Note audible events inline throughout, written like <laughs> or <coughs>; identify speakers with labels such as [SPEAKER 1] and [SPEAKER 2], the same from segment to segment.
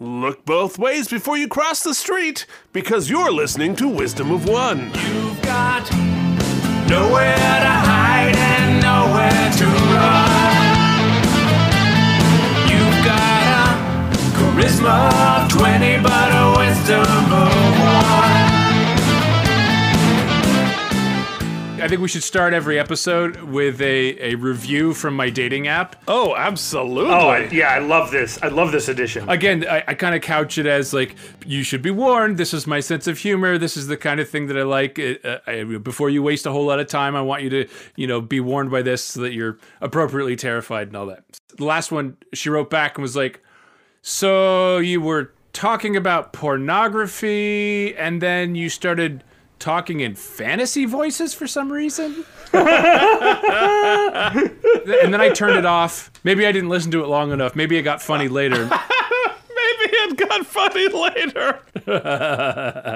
[SPEAKER 1] Look both ways before you cross the street because you're listening to Wisdom of One.
[SPEAKER 2] You've got nowhere to hide and nowhere to run. You've got a charisma of 20, but a wisdom of
[SPEAKER 3] I think we should start every episode with a, a review from my dating app.
[SPEAKER 1] Oh, absolutely.
[SPEAKER 4] Oh, I, yeah, I love this. I love this edition.
[SPEAKER 3] Again, I, I kind of couch it as like, you should be warned. This is my sense of humor. This is the kind of thing that I like. It- uh, I, before you waste a whole lot of time, I want you to, you know, be warned by this so that you're appropriately terrified and all that. The last one, she wrote back and was like, So you were talking about pornography and then you started talking in fantasy voices for some reason? <laughs> and then I turned it off. Maybe I didn't listen to it long enough. Maybe it got funny later.
[SPEAKER 1] Maybe it got funny <laughs> later.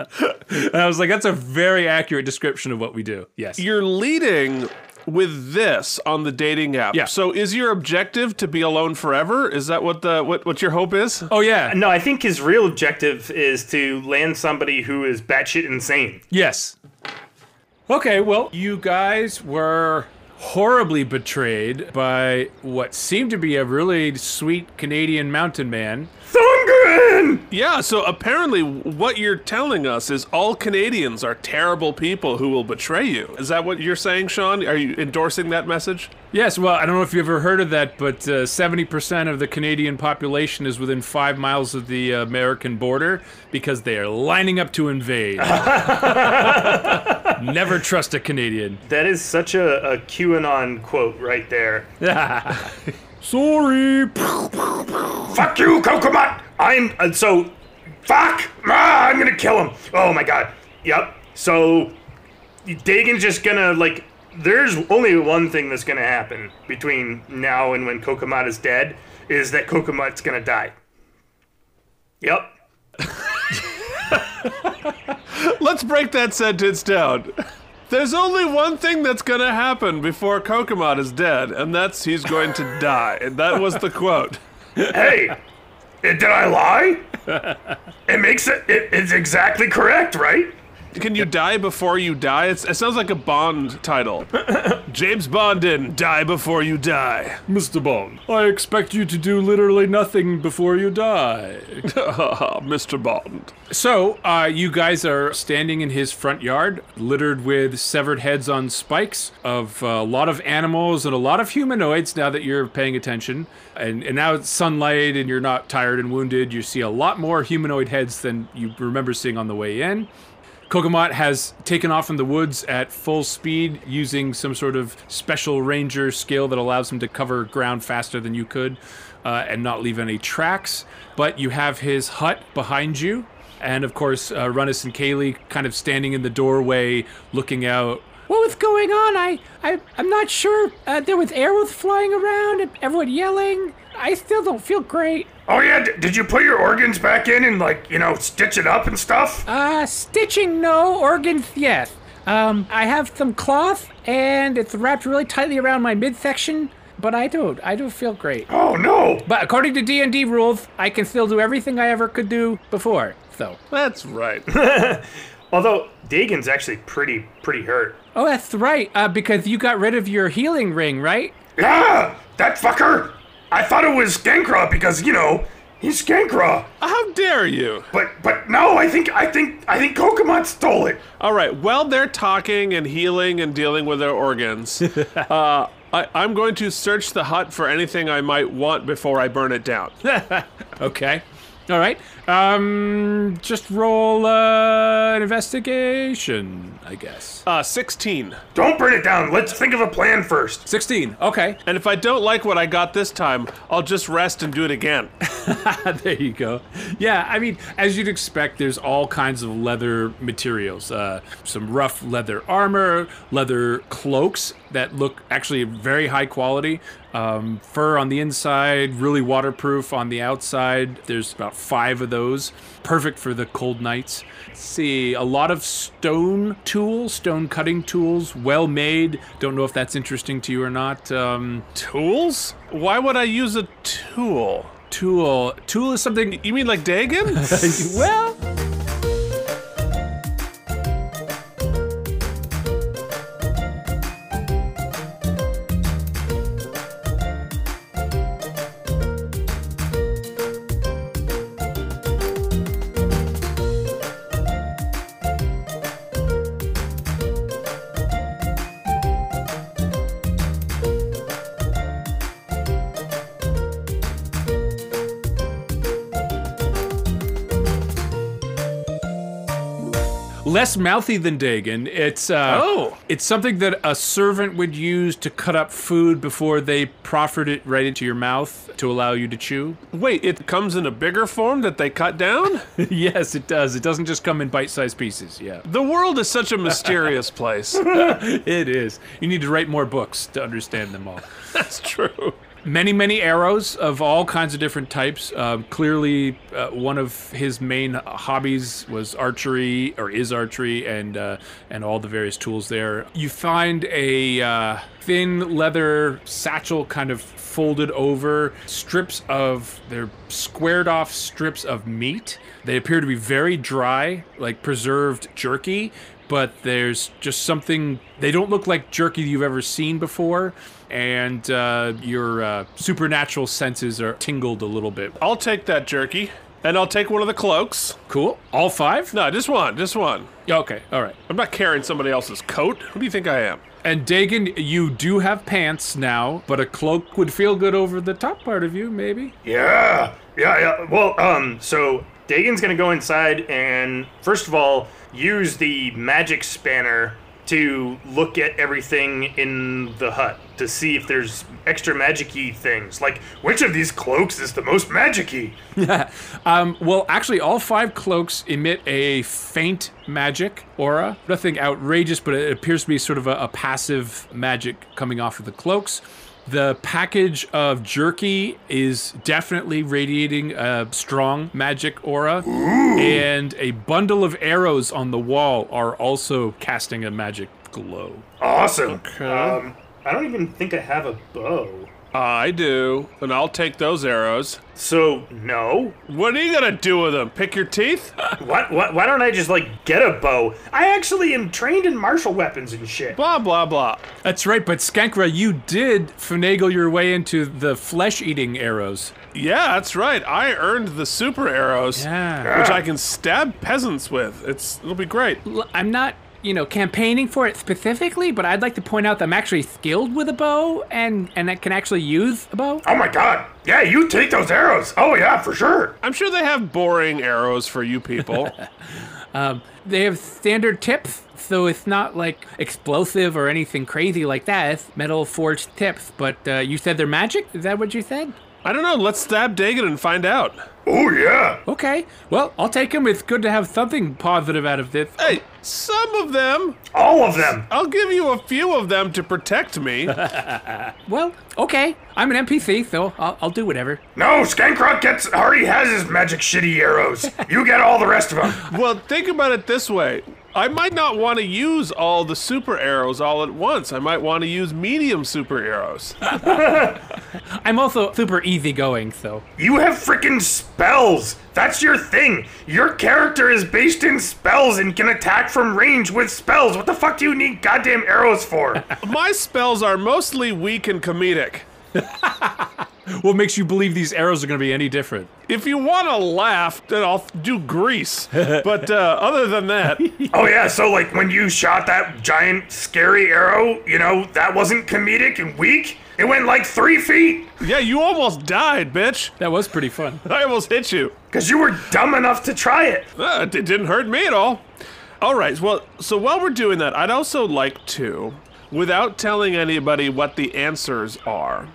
[SPEAKER 3] And I was like, that's a very accurate description of what we do. Yes.
[SPEAKER 1] You're leading with this on the dating app.
[SPEAKER 3] Yeah.
[SPEAKER 1] So is your objective to be alone forever? Is that what the what, what your hope is?
[SPEAKER 3] oh, yeah.
[SPEAKER 4] No, I think his real objective is to land somebody who is batshit insane.
[SPEAKER 3] Yes. Okay, well, you guys were horribly betrayed by what seemed to be a really sweet Canadian mountain man.
[SPEAKER 4] Thungren!
[SPEAKER 1] Yeah, so apparently what you're telling us is all Canadians are terrible people who will betray you. Is that what you're saying, Sean? Are you endorsing that message?
[SPEAKER 3] Yes, well, I don't know if you've ever heard of that, but uh, 70% of the Canadian population is within five miles of the uh, American border because they are lining up to invade. Never trust a Canadian.
[SPEAKER 4] That is such a, a QAnon quote right there.
[SPEAKER 3] Sorry.
[SPEAKER 4] Fuck you, Kokomot! I'm uh, so. Fuck! Ah, I'm gonna kill him. Oh my god. Yep. So, Dagon's just gonna like. There's only one thing that's gonna happen between now and when Kokomot is dead is that Kokomot's gonna die. Yep.
[SPEAKER 1] Let's break that sentence down. There's only one thing that's going to happen before Kokomot is dead, and that's he's going to die. And that was the quote.
[SPEAKER 4] Hey, eh, did I lie? <laughs> It makes it. it it's exactly correct, right?
[SPEAKER 1] Can you die before you die? It's, it sounds like a Bond title. James Bondin, die before you die. <laughs>
[SPEAKER 3] Mr. Bond, I expect you to do literally nothing before you die.
[SPEAKER 1] Mr. Ah, Bond.
[SPEAKER 3] So, uh, you guys are standing in his front yard, littered with severed heads on spikes of uh, a lot of animals and a lot of humanoids now that you're paying attention. And, and now it's sunlight and you're not tired and wounded. You see a lot more humanoid heads than you remember seeing on the way in. Kokomot has taken off in the woods at full speed using some sort of special ranger skill that allows him to cover ground faster than you could uh, and not leave any tracks. But you have his hut behind you. And of course, uh, Runis and Kaylee kind of standing in the doorway looking out. What was going on? I, I I'm not sure. Uh, there was arrows flying around and everyone yelling. I still don't feel great.
[SPEAKER 4] Oh yeah. D- did you put your organs back in and like you know stitch it up and stuff?
[SPEAKER 3] Uh, stitching, no. Organs, yes. Um, I have some cloth, and it's wrapped really tightly around my midsection, but I don't. I don't feel great.
[SPEAKER 4] oh no.
[SPEAKER 3] But according to D&D rules, I can still do everything I ever could do before, so.
[SPEAKER 1] That's right. <laughs>
[SPEAKER 4] Although Dagon's actually pretty pretty hurt.
[SPEAKER 3] Oh, that's right, uh, because you got rid of your healing ring, right?
[SPEAKER 4] Yeah, that fucker. I thought it was Skankra because you know he's Skankra.
[SPEAKER 1] How dare you?
[SPEAKER 4] But but no, I think I think I think Kokomot stole it.
[SPEAKER 1] All right, while they're talking and healing and dealing with their organs, uh, I, I'm going to search the hut for anything I might want before I burn it down. <laughs>
[SPEAKER 3] Okay. All right. Um, just roll uh, an investigation, I guess.
[SPEAKER 1] Uh, 16.
[SPEAKER 4] Don't burn it down. Let's think of a plan first.
[SPEAKER 3] 16. Okay.
[SPEAKER 1] And if I don't like what I got this time, I'll just rest and do it again. <laughs>
[SPEAKER 3] <laughs> there you go. Yeah, I mean, as you'd expect, there's all kinds of leather materials. Uh, some rough leather armor, leather cloaks that look actually very high quality. Um, fur on the inside, really waterproof on the outside. There's about five of those, perfect for the cold nights. Let's see, a lot of stone tools, stone cutting tools, well made. Don't know if that's interesting to you or not. Um,
[SPEAKER 1] Tools? Why would I use a tool?
[SPEAKER 3] Tool. Tool is something. <laughs>
[SPEAKER 1] You mean like <laughs> Dagon?
[SPEAKER 3] well. less mouthy than Dagon. It's uh,
[SPEAKER 1] Oh.
[SPEAKER 3] it's something that a servant would use to cut up food before they proffered it right into your mouth to allow you to chew.
[SPEAKER 1] Wait, it comes in a bigger form that they cut down?
[SPEAKER 3] <laughs> yes, it does. It doesn't just come in bite-sized pieces. Yeah,
[SPEAKER 1] The world is such a mysterious place.
[SPEAKER 3] <laughs> it is. You need to write more books to understand them all.
[SPEAKER 1] <laughs> That's true.
[SPEAKER 3] many many arrows of all kinds of different types um, clearly uh, one of his main hobbies was archery or is archery and uh, and all the various tools there you find a uh, thin leather satchel kind of folded over strips of they're squared off strips of meat they appear to be very dry like preserved jerky but there's just something they don't look like jerky you've ever seen before and uh, your uh, supernatural senses are tingled a little bit
[SPEAKER 1] I'll take that jerky. And I'll take one of the cloaks.
[SPEAKER 3] cool all five
[SPEAKER 1] No, just one, just one.
[SPEAKER 3] okay all right
[SPEAKER 1] I'm not carrying somebody else's coat. Who do you think I am?
[SPEAKER 3] and dagon you do have pants now but a cloak would feel good over the top part of you maybe
[SPEAKER 4] Yeah, yeah, yeah. Well, um, so Dagon's gonna go inside and first of all use the magic spanner to look at everything in the hut to see if there's extra magicy things. Like which of these cloaks is the most magicy?
[SPEAKER 3] <laughs> Um, well, actually, all five cloaks emit a faint magic aura. Nothing outrageous, but it appears to be sort of a, a passive magic coming off of the cloaks. The package of jerky is definitely radiating a strong magic aura, and a bundle of arrows on the wall are also casting a magic glow.
[SPEAKER 4] Awesome. Um, I don't even think I have a bow.
[SPEAKER 1] I do. And I'll take those arrows.
[SPEAKER 4] So no.
[SPEAKER 1] What are you gonna do with them? Pick your teeth?
[SPEAKER 4] What? What? Why don't I just like get a bow? I actually am trained in martial weapons and shit.
[SPEAKER 1] blah, blah, blah.
[SPEAKER 3] That's right, but Skankra, you did finagle your way into the flesh-eating arrows.
[SPEAKER 1] Yeah, that's right. I earned the super arrows.
[SPEAKER 3] Yeah.
[SPEAKER 1] Which I can stab peasants with. It's it'll be great.
[SPEAKER 3] L- I'm not, you know, campaigning for it specifically, but I'd like to point out that I'm actually skilled with a bow and and I can actually use a bow.
[SPEAKER 4] Oh my god. Yeah, you take those arrows. Oh yeah, for sure.
[SPEAKER 1] I'm sure they have boring arrows for you people.
[SPEAKER 3] They have standard tips, so it's not like explosive or anything crazy like that. It's metal forged tips, but uh, you said they're magic. Is that what you said?
[SPEAKER 1] I don't know. Let's stab Dagon and find out.
[SPEAKER 4] Oh yeah.
[SPEAKER 3] Okay. Well, I'll take them. It's good to have something positive out of this.
[SPEAKER 1] Hey, some of them.
[SPEAKER 4] All of them.
[SPEAKER 1] I'll give you a few of them to protect me.
[SPEAKER 3] Well, okay. I'm an NPC, so I'll, I'll do whatever.
[SPEAKER 4] No, Skankrock gets already has his magic shitty arrows. You get all the rest of them.
[SPEAKER 1] well, think about it this way. I might not want to use all the super arrows all at once. I might want to use medium super arrows.
[SPEAKER 3] I'm also super easygoing, so.
[SPEAKER 4] You have freaking spells. That's your thing. Your character is based in spells and can attack from range with spells. What the fuck do you need goddamn arrows for?
[SPEAKER 1] My spells are mostly weak and comedic.
[SPEAKER 3] What makes you believe these arrows are going to be any different?
[SPEAKER 1] If you want to laugh, then I'll do grease. But uh, other than that,
[SPEAKER 4] oh yeah, so like when you shot that giant scary arrow, you know, that wasn't comedic and weak. It went like three feet.
[SPEAKER 1] yeah, you almost died, bitch.
[SPEAKER 3] That was pretty fun.
[SPEAKER 1] I almost hit you.
[SPEAKER 4] Cause you were dumb enough to try it.
[SPEAKER 1] Uh, it didn't hurt me at all. All right. Well, so while we're doing that, I'd also like to, without telling anybody what the answers are,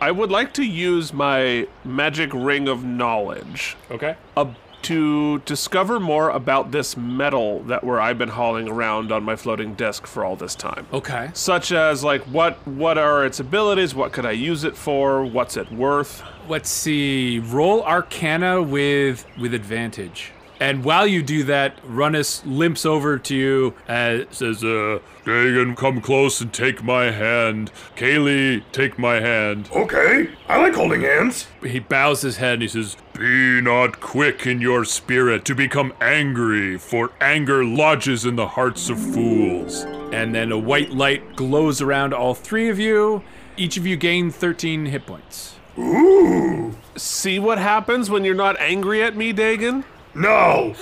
[SPEAKER 1] I would like to use my magic ring of knowledge
[SPEAKER 3] Okay.
[SPEAKER 1] ab- to discover more about this metal that where I've been hauling around on my floating desk for all this time.
[SPEAKER 3] Okay.
[SPEAKER 1] Such as like what what are its abilities? What could I use it for? What's it worth?
[SPEAKER 3] Let's see. Roll Arcana with with advantage. And while you do that, Runnis limps over to you and says, uh, Dagon, come close and take my hand. Kaylee, take my hand.
[SPEAKER 4] Okay, I like holding hands.
[SPEAKER 3] He bows his head and he says, Be not quick in your spirit to become angry, for anger lodges in the hearts of fools. And then a white light glows around all three of you. Each of you gain 13 hit points.
[SPEAKER 4] Ooh,
[SPEAKER 1] See what happens when you're not angry at me, Dagon?
[SPEAKER 4] no.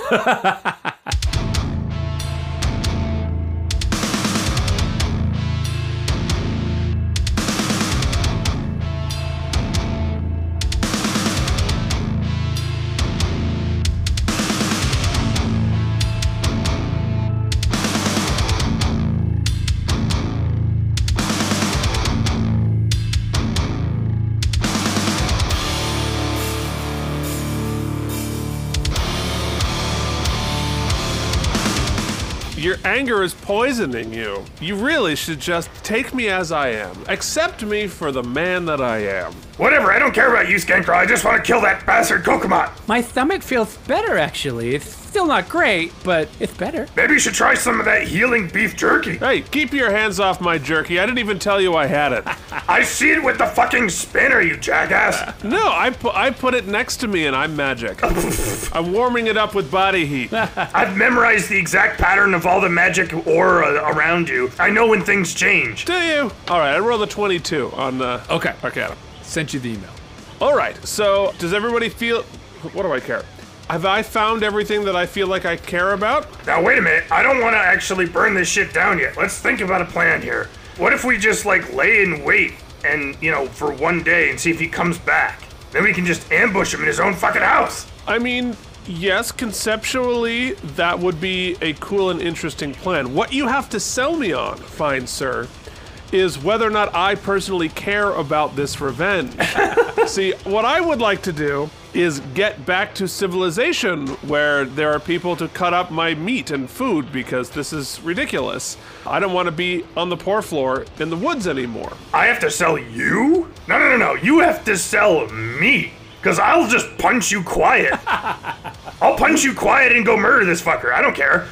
[SPEAKER 1] Your anger is poisoning you. You really should just take me as I am. Accept me for the man that I am.
[SPEAKER 4] Whatever, I don't care about you, Scancrow. I just want to kill that bastard Kokomot.
[SPEAKER 5] My stomach feels better, actually. It's still not great, but it's better.
[SPEAKER 4] Maybe you should try some of that healing beef jerky.
[SPEAKER 1] Hey, keep your hands off my jerky. I didn't even tell you I had
[SPEAKER 3] <laughs>
[SPEAKER 1] it.
[SPEAKER 4] I see it with the fucking spinner, you jackass.
[SPEAKER 1] No, I, pu- I put it next to me and I'm
[SPEAKER 3] <laughs>
[SPEAKER 1] magic. I'm warming it up with body heat.
[SPEAKER 4] I've memorized the exact pattern of all the magic aura around you. I know when things change.
[SPEAKER 1] Do you? All right, I rolled a 22 on the
[SPEAKER 3] Okay.
[SPEAKER 1] Arcana.
[SPEAKER 3] Sent you the email.
[SPEAKER 1] All right, so does everybody feel. What do I care? Have I found everything that I feel like I care about?
[SPEAKER 4] Now, wait a minute. I don't want to actually burn this shit down yet. Let's think about a plan here. What if we just, like, lay in wait and, you know, for one day and see if he comes back? Then we can just ambush him in his own fucking house.
[SPEAKER 1] I mean, yes, conceptually, that would be a cool and interesting plan. What you have to sell me on, fine sir, is whether or not I personally care about this revenge. See, what I would like to do is get back to civilization where there are people to cut up my meat and food because this is ridiculous. I don't want to be on the poor floor in the woods anymore.
[SPEAKER 4] I have to sell you? No, no, no, no. You have to sell me. Because I'll just punch you quiet. I'll punch you quiet and go murder this fucker. I don't care.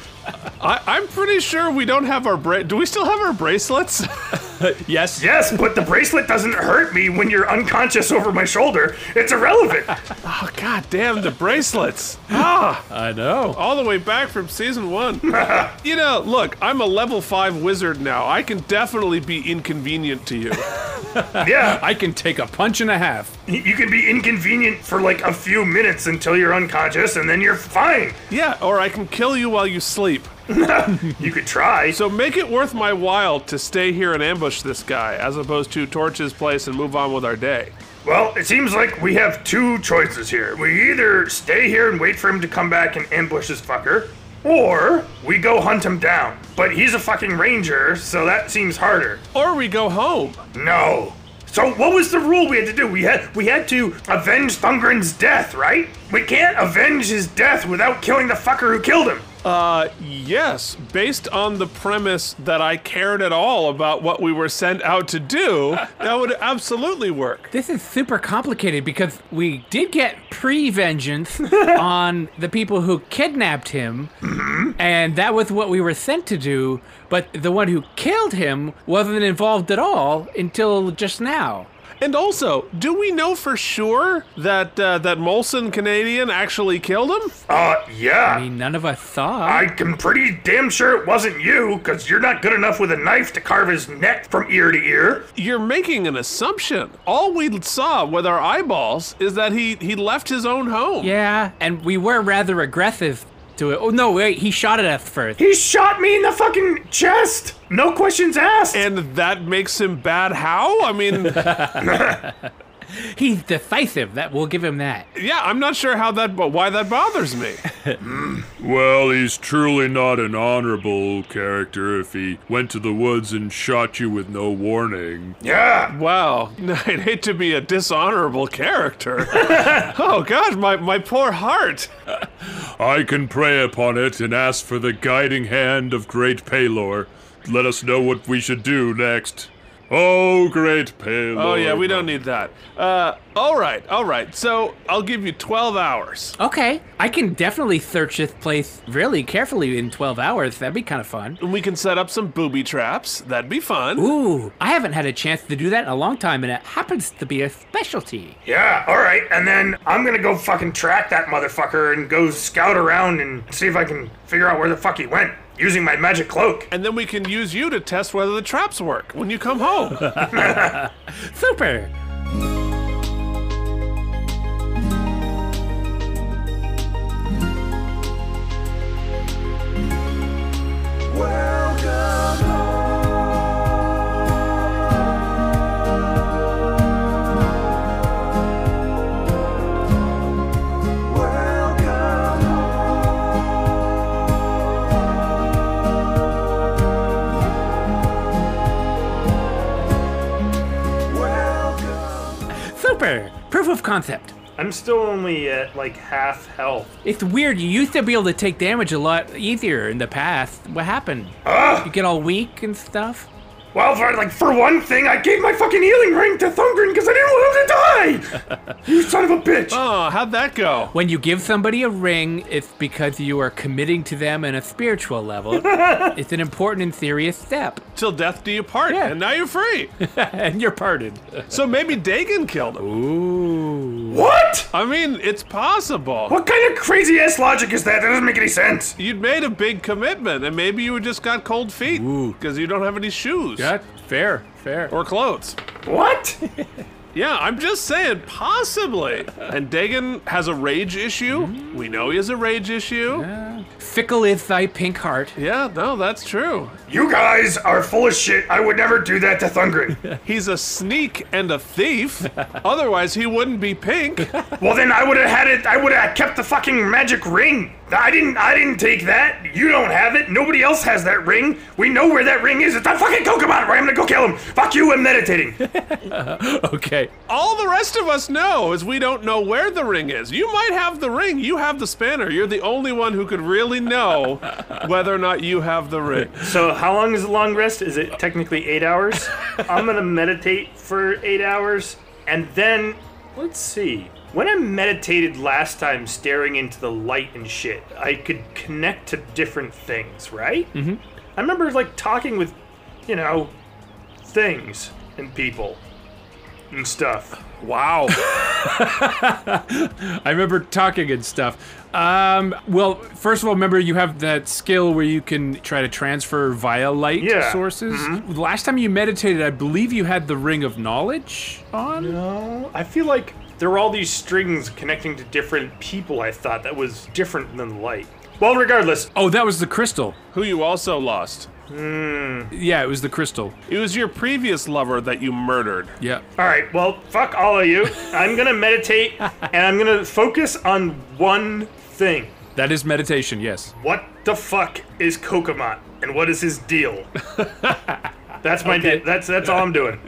[SPEAKER 1] I, I'm pretty sure we don't have our bra- do we still have our bracelets? <laughs>
[SPEAKER 3] Yes.
[SPEAKER 4] Yes, but the bracelet doesn't hurt me when you're unconscious over my shoulder. It's irrelevant.
[SPEAKER 1] oh god damn the bracelets.
[SPEAKER 3] I know.
[SPEAKER 1] all the way back from season one. you know, look, I'm a level five wizard now. I can definitely be inconvenient to you.
[SPEAKER 4] Yeah,
[SPEAKER 3] I can take a punch and a half.
[SPEAKER 4] you can be inconvenient for like a few minutes until you're unconscious and then you're fine.
[SPEAKER 1] yeah, or I can kill you while you sleep.
[SPEAKER 4] You could try.
[SPEAKER 1] So make it worth my while to stay here and ambush this guy, as opposed to torch his place and move on with our day.
[SPEAKER 4] Well, it seems like we have two choices here. We either stay here and wait for him to come back and ambush this fucker, or we go hunt him down. But he's a fucking ranger, so that seems harder.
[SPEAKER 1] Or we go home.
[SPEAKER 4] No. So what was the rule we had to do? We had we had to avenge Thungren's death, right? We can't avenge his death without killing the fucker who killed him.
[SPEAKER 1] Uh, yes, based on the premise that I cared at all about what we were sent out to do, that would absolutely work.
[SPEAKER 5] This is super complicated because we did get pre
[SPEAKER 4] <laughs>
[SPEAKER 5] vengeance on the people who kidnapped him,
[SPEAKER 4] Mm-hmm.
[SPEAKER 5] and that was what we were sent to do, but the one who killed him wasn't involved at all until just now.
[SPEAKER 1] And also, do we know for sure that uh, that Molson Canadian actually killed him?
[SPEAKER 4] Uh, yeah.
[SPEAKER 5] I mean, none of us saw.
[SPEAKER 4] I am pretty damn sure it wasn't you, because you're not good enough with a knife to carve his neck from ear to ear.
[SPEAKER 1] You're making an assumption. All we saw with our eyeballs is that he he left his own home.
[SPEAKER 5] yeah, and we were rather aggressive to it. Oh, no, wait, he shot at us first.
[SPEAKER 4] He shot me in the fucking chest! No questions asked!
[SPEAKER 1] And that makes him bad how?
[SPEAKER 5] <laughs>
[SPEAKER 1] I mean,
[SPEAKER 5] He's decisive, that we'll give him that.
[SPEAKER 1] yeah, I'm not sure how that but why that bothers me.
[SPEAKER 3] Well, he's truly not an honorable character if he went to the woods and shot you with no warning.
[SPEAKER 4] yeah!
[SPEAKER 1] <laughs> Wow. I'd hate to be a
[SPEAKER 5] <laughs>
[SPEAKER 1] dishonorable character. oh god, my my poor heart.
[SPEAKER 3] I can prey upon it and ask for the guiding hand of great Palor. Let us know what we should do next. Oh, great Palor.
[SPEAKER 1] Oh yeah, we don't need that. Uh All right, all right. So I'll give you 12 hours.
[SPEAKER 5] Okay, I can definitely search this place really carefully in 12 hours. That'd be kind of fun.
[SPEAKER 1] And we can set up some booby traps. That'd be fun.
[SPEAKER 5] Ooh, I haven't had a chance to do that in a long time, and it happens to be a specialty.
[SPEAKER 4] Yeah, all right. And then I'm gonna go fucking track that motherfucker and go scout around and see if I can figure out where the fuck he went using my magic cloak.
[SPEAKER 1] And then we can use you to test whether the traps work when you come home.
[SPEAKER 5] Super. Super. Proof of concept.
[SPEAKER 4] I'm still only at like half health.
[SPEAKER 5] It's weird. You used to be able to take damage a lot easier in the past. What happened? You get all weak and stuff.
[SPEAKER 4] Well, for like for one thing, I gave my fucking healing ring to Thungren because I didn't want him to <laughs> die. you son of a bitch.
[SPEAKER 1] oh, how'd that go?
[SPEAKER 5] When you give somebody a ring, it's because you are committing to them on a spiritual <laughs> level. it's an important and serious step, <laughs>
[SPEAKER 1] Till death do you part,
[SPEAKER 5] Yeah.
[SPEAKER 1] and now you're free.
[SPEAKER 5] and you're pardoned.
[SPEAKER 1] so maybe Dagon killed him.
[SPEAKER 5] Ooh.
[SPEAKER 4] What?
[SPEAKER 1] I mean, it's possible.
[SPEAKER 4] What kind of crazy ass logic is that? That doesn't make any sense.
[SPEAKER 1] You'd made a big commitment, and maybe you just got cold feet because you don't have any shoes
[SPEAKER 3] Yeah, fair, fair.
[SPEAKER 1] or clothes.
[SPEAKER 4] What?
[SPEAKER 1] Yeah, I'm just saying, possibly. and Dagon has a rage issue. We know he has a rage issue. Yeah,
[SPEAKER 5] Fickle is thy pink heart.
[SPEAKER 1] no, that's true.
[SPEAKER 4] you guys are full of shit. I would never do that to Thungren.
[SPEAKER 1] He's a sneak and a thief. Otherwise, he wouldn't be pink.
[SPEAKER 4] well, then I would have had it. I would have kept the fucking magic ring. I didn't. I didn't take that. You don't have it. Nobody else has that ring. We know where that ring is. It's that fucking Kokomon. Right? I'm gonna go kill him. Fuck you. I'm meditating.
[SPEAKER 5] Okay.
[SPEAKER 1] All the rest of us know is we don't know where the ring is. You might have the ring, you have the spanner. You're the only one who could really <laughs> know whether or not you have the ring.
[SPEAKER 4] So how long is a long rest? Is it technically eight hours? <laughs> I'm gonna meditate for eight hours, and then let's see. When I meditated last time, staring into the light and shit, I could connect to different things, right? Mm-hmm. I remember like talking with, you know, things and people and stuff.
[SPEAKER 1] Wow.
[SPEAKER 3] I remember talking and stuff. Um, well, first of all, remember you have that skill where you can try to transfer via light
[SPEAKER 4] Yeah. Mm-hmm.
[SPEAKER 3] sources. Last time you meditated, I believe you had the ring of knowledge on.
[SPEAKER 4] No, Oh, I feel like there were all these strings connecting to different people. I thought that was different than light. Well, regardless,
[SPEAKER 3] Oh, that was the crystal.
[SPEAKER 1] who you also lost.
[SPEAKER 3] Yeah, it was the crystal.
[SPEAKER 1] It was your previous lover that you murdered.
[SPEAKER 3] Yeah.
[SPEAKER 4] All right, well, fuck all of you. I'm gonna meditate and I'm gonna focus on one thing.
[SPEAKER 3] That is meditation, yes.
[SPEAKER 4] What the fuck is Kokomot and what is his deal? That's my deal. That's that's all I'm doing.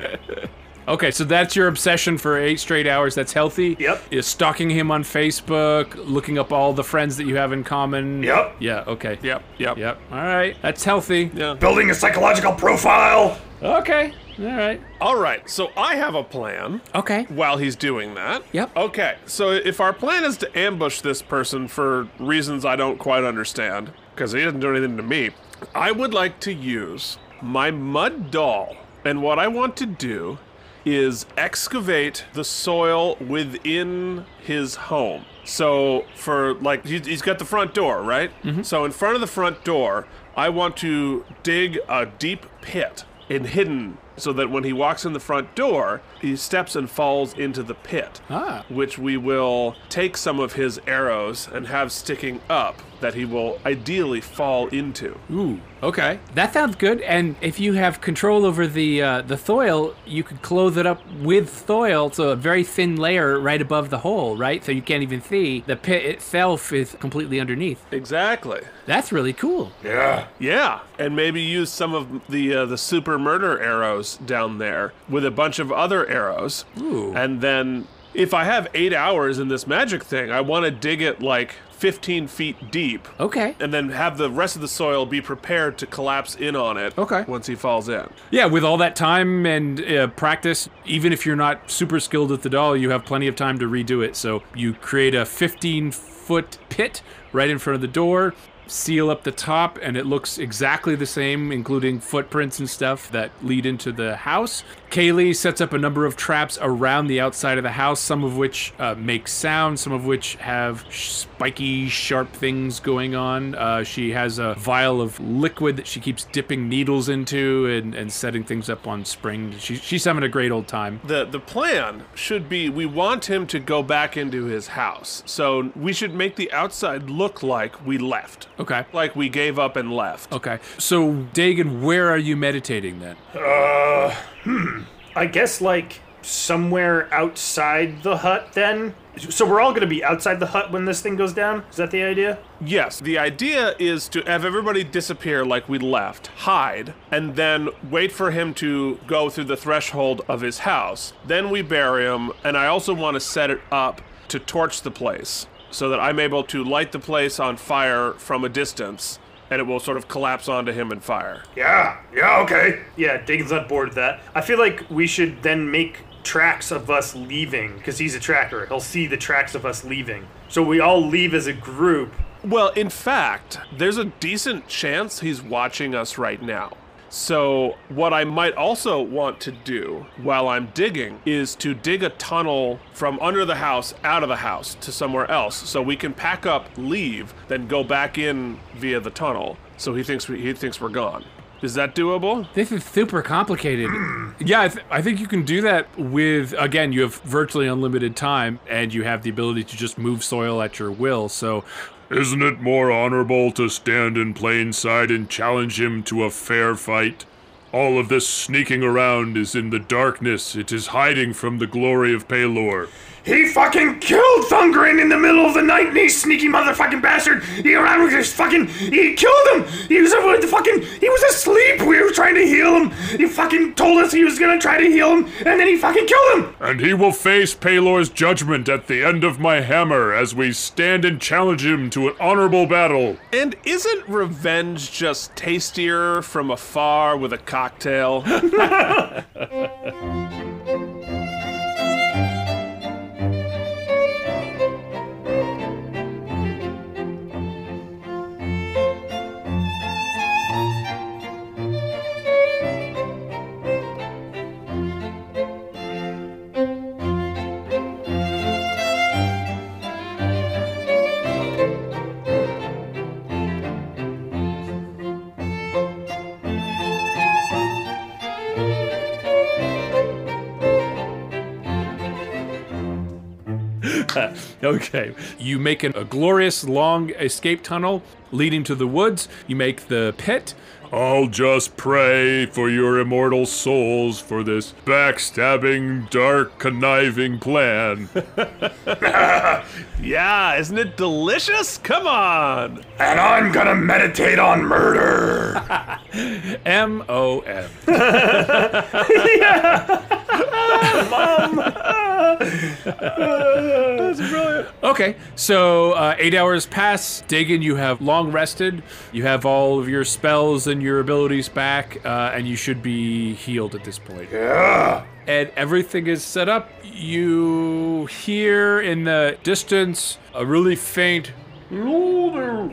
[SPEAKER 3] Okay, so that's your obsession for eight straight hours. That's healthy.
[SPEAKER 4] Yep.
[SPEAKER 3] Is stalking him on Facebook, looking up all the friends that you have in common.
[SPEAKER 4] Yep.
[SPEAKER 3] Yeah, okay.
[SPEAKER 1] Yep, yep.
[SPEAKER 3] Yep. All right. That's healthy.
[SPEAKER 4] Building a psychological profile.
[SPEAKER 3] Okay. All right.
[SPEAKER 1] All right, so I have a plan
[SPEAKER 5] Okay.
[SPEAKER 1] while he's doing that.
[SPEAKER 5] Yep.
[SPEAKER 1] Okay, so if our plan is to ambush this person for reasons I don't quite understand, because he didn't do anything to me, I would like to use my mud doll. And what I want to do is excavate the soil within his home. So, for like, he- he's got the front door, right? So, in front of the front door, I want to dig a deep pit and hidden so that when he walks in the front door, he steps and falls into the pit.
[SPEAKER 3] Ah.
[SPEAKER 1] Which we will take some of his arrows and have sticking up that he will ideally fall into.
[SPEAKER 3] Ooh. Okay.
[SPEAKER 5] That sounds good. And if you have control over the uh, the soil, you could clothe it up with soil, so a very thin layer right above the hole, right? So you can't even see. The pit itself is completely underneath.
[SPEAKER 1] Exactly.
[SPEAKER 5] That's really cool.
[SPEAKER 4] Yeah.
[SPEAKER 1] Yeah, and maybe use some of the uh, the super murder arrows down there with a bunch of other arrows,
[SPEAKER 5] Ooh.
[SPEAKER 1] and then if I have eight hours in this magic thing, I want to dig it like 15 feet deep.
[SPEAKER 5] Okay.
[SPEAKER 1] And then have the rest of the soil be prepared to collapse in on it.
[SPEAKER 3] Okay.
[SPEAKER 1] Once he falls in.
[SPEAKER 3] Yeah, with all that time and uh, practice, even if you're not super skilled at the doll, you have plenty of time to redo it. So you create a 15 foot pit right in front of the door, seal up the top, and it looks exactly the same, including footprints and stuff that lead into the house. Kaylee sets up a number of traps around the outside of the house, some of which uh, make sound, some of which have sh- spiky, sharp things going on. Uh, she has a vial of liquid that she keeps dipping needles into and, and setting things up on spring. She, she's having a great old time.
[SPEAKER 1] the the plan should be we want him to go back into his house. So we should make the outside look like we left.
[SPEAKER 3] Okay.
[SPEAKER 1] Like we gave up and left.
[SPEAKER 3] Okay. So, Dagon, where are you meditating then?
[SPEAKER 4] I guess like somewhere outside the hut then. So we're all gonna be outside the hut when this thing goes down. Is that the idea?
[SPEAKER 1] Yes, the idea is to have everybody disappear like we left, hide, and then wait for him to go through the threshold of his house. Then we bury him, and I also want to set it up to torch the place so that I'm able to light the place on fire from a distance and it will sort of collapse onto him in fire.
[SPEAKER 4] Yeah. Yeah. Okay. Yeah. Dagon's on board with that. I feel like we should then make tracks of us leaving because he's a tracker. He'll see the tracks of us leaving. So we all leave as a group.
[SPEAKER 1] Well, in fact, there's a decent chance he's watching us right now. So, what I might also want to do while I'm digging is to dig a tunnel from under the house out of the house to somewhere else so we can pack up, leave, then go back in via the tunnel. So he thinks we, he thinks we're gone. Is that doable?
[SPEAKER 5] This is super complicated.
[SPEAKER 3] <clears throat> Yeah, I, th- I think you can do that with, again, you have virtually unlimited time and you have the ability to just move soil at your will. So, isn't it more honorable to stand in plain sight and challenge him to a fair fight? All of this sneaking around is in the darkness. It is hiding from the glory of Palor.
[SPEAKER 4] He fucking killed Thungrin in the middle of the night, and he sneaky motherfucking bastard. He around with his fucking. He killed him. He was a the fucking. He was asleep. We were trying to heal him. He fucking told us he was gonna try to heal him, and then he fucking killed him.
[SPEAKER 6] And he will face Palor's judgment at the end of my hammer as we stand and challenge him to an honorable battle.
[SPEAKER 1] And isn't revenge just tastier from afar with a cocktail? <gasps>
[SPEAKER 3] <laughs> Okay. You make an, a glorious long escape tunnel leading to the woods. You make the pit.
[SPEAKER 6] I'll just pray for your immortal souls for this backstabbing, dark, conniving plan.
[SPEAKER 1] yeah, isn't it delicious? Come on!
[SPEAKER 2] <laughs> And I'm gonna meditate on murder.
[SPEAKER 3] M O <laughs> M. Okay, so uh, eight hours pass. Dagon, you have long rested. You have all of your spells and your abilities back, uh, and you should be healed at this point. Yeah. And everything is set up. You hear in the distance a really faint. And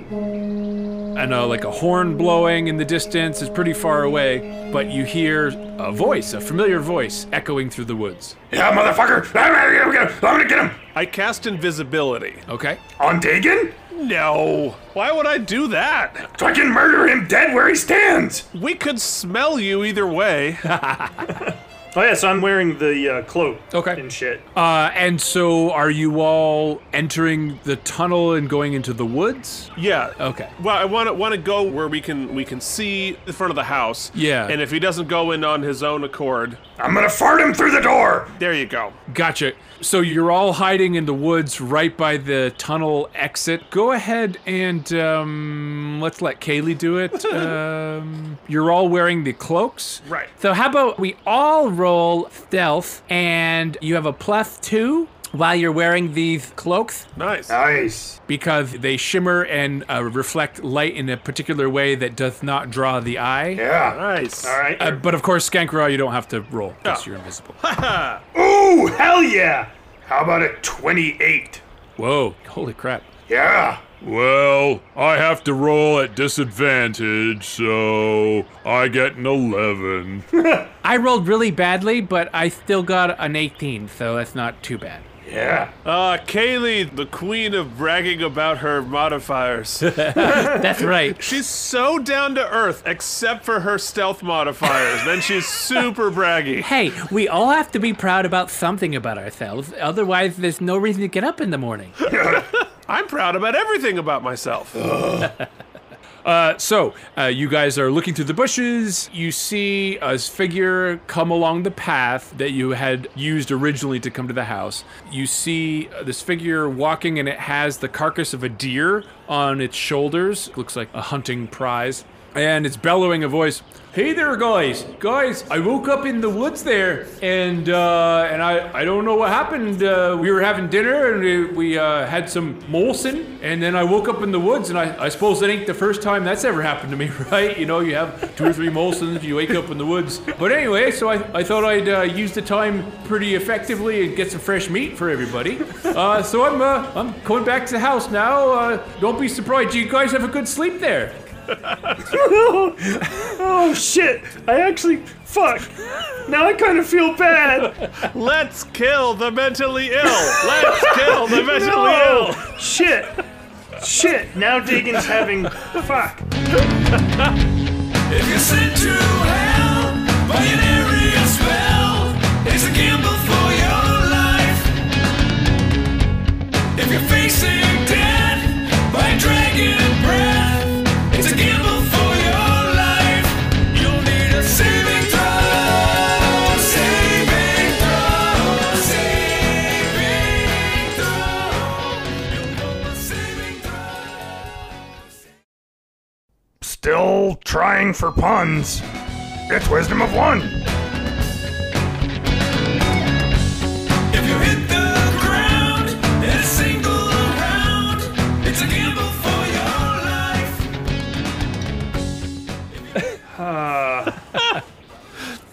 [SPEAKER 3] uh, like a horn blowing in the distance It's pretty far away, but you hear a voice, a familiar voice, echoing through the woods.
[SPEAKER 2] yeah, motherfucker. I'm gonna get him. I'm gonna get him.
[SPEAKER 1] I cast invisibility.
[SPEAKER 3] Okay.
[SPEAKER 2] On Dagon?
[SPEAKER 1] No. Why would I do that?
[SPEAKER 2] So I can murder him dead where he stands.
[SPEAKER 1] We could smell you either way. <laughs>
[SPEAKER 4] Oh yeah, so I'm wearing the uh, cloak.
[SPEAKER 3] Okay.
[SPEAKER 4] And shit.
[SPEAKER 3] Uh, and so, are you all entering the tunnel and going into the woods?
[SPEAKER 1] yeah.
[SPEAKER 3] Okay.
[SPEAKER 1] Well, I want to want to go where we can we can see the front of the house.
[SPEAKER 3] Yeah.
[SPEAKER 1] And if he doesn't go in on his own accord,
[SPEAKER 2] I'm gonna fart him through the door.
[SPEAKER 1] there you go.
[SPEAKER 3] Gotcha. So you're all hiding in the woods right by the tunnel exit. Go ahead and um, let's let Kaylee do it. um, you're all wearing the cloaks.
[SPEAKER 1] Right.
[SPEAKER 5] So how about we all roll stealth and you have a plus two while you're wearing these cloaks
[SPEAKER 1] Nice.
[SPEAKER 4] Nice.
[SPEAKER 5] because they shimmer and uh, reflect light in a particular way that doth not draw the eye.
[SPEAKER 4] Yeah.
[SPEAKER 1] nice.
[SPEAKER 4] All right. Um,
[SPEAKER 3] Uh, but of course, Skank Raw, you don't have to roll because you're invisible.
[SPEAKER 4] Ooh, hell yeah! How about a 28?
[SPEAKER 3] Whoa, holy crap.
[SPEAKER 4] Yeah.
[SPEAKER 6] Well, I have to roll at disadvantage, so I get an
[SPEAKER 2] <laughs>
[SPEAKER 6] 11.
[SPEAKER 5] I rolled really badly, but I still got an 18, so that's not too
[SPEAKER 3] <laughs>
[SPEAKER 5] bad.
[SPEAKER 4] Yeah.
[SPEAKER 1] Uh, Kaylee, the queen of bragging about her
[SPEAKER 3] <laughs>
[SPEAKER 1] modifiers.
[SPEAKER 5] That's right.
[SPEAKER 1] she's so down to earth, except for her stealth modifiers. then she's super braggy.
[SPEAKER 3] <laughs>
[SPEAKER 5] Hey, we all have to be proud about something about ourselves. Otherwise, there's no reason to get up in the morning.
[SPEAKER 1] I'm proud about everything about myself.
[SPEAKER 3] <laughs> So, uh, you guys are looking through the bushes. You see a figure come along the path that you had used originally to come to the house. You see uh, this figure walking, and it has the carcass of a deer on its shoulders. Looks like a hunting prize. And it's bellowing a voice. Hey there, guys! Guys, I woke up in the woods there, and uh, and I, I don't know what happened. Uh, we were having dinner, and we, we uh, had some Molson, and then I woke up in the woods, and I, I suppose that ain't the first time that's ever happened to me, <laughs> right? You know, you have two or three Molsons, you wake up in the woods. But anyway, so I, I thought I'd uh, use the time pretty effectively and get some fresh meat for everybody. Uh, so I'm uh, I'm going back to the house now. Uh, don't be surprised. You guys have a good sleep there.
[SPEAKER 4] oh shit! I actually fuck. Now I kind of feel <laughs> bad.
[SPEAKER 1] Let's kill the mentally ill. Let's kill the mentally ill.
[SPEAKER 4] Oh shit! Shit! Now Dagon's having fuck.
[SPEAKER 2] If you're sent to hell by an area spell, it's a gamble for your life. If you're facing death by dragon breath, it's a gamble for your life. You'll need a saving throw, saving throw, saving throw. You'll roll a saving throw.
[SPEAKER 4] Still trying for puns. It's wisdom of one.
[SPEAKER 2] If you hit the ground in a single round, it's a gamble for your life.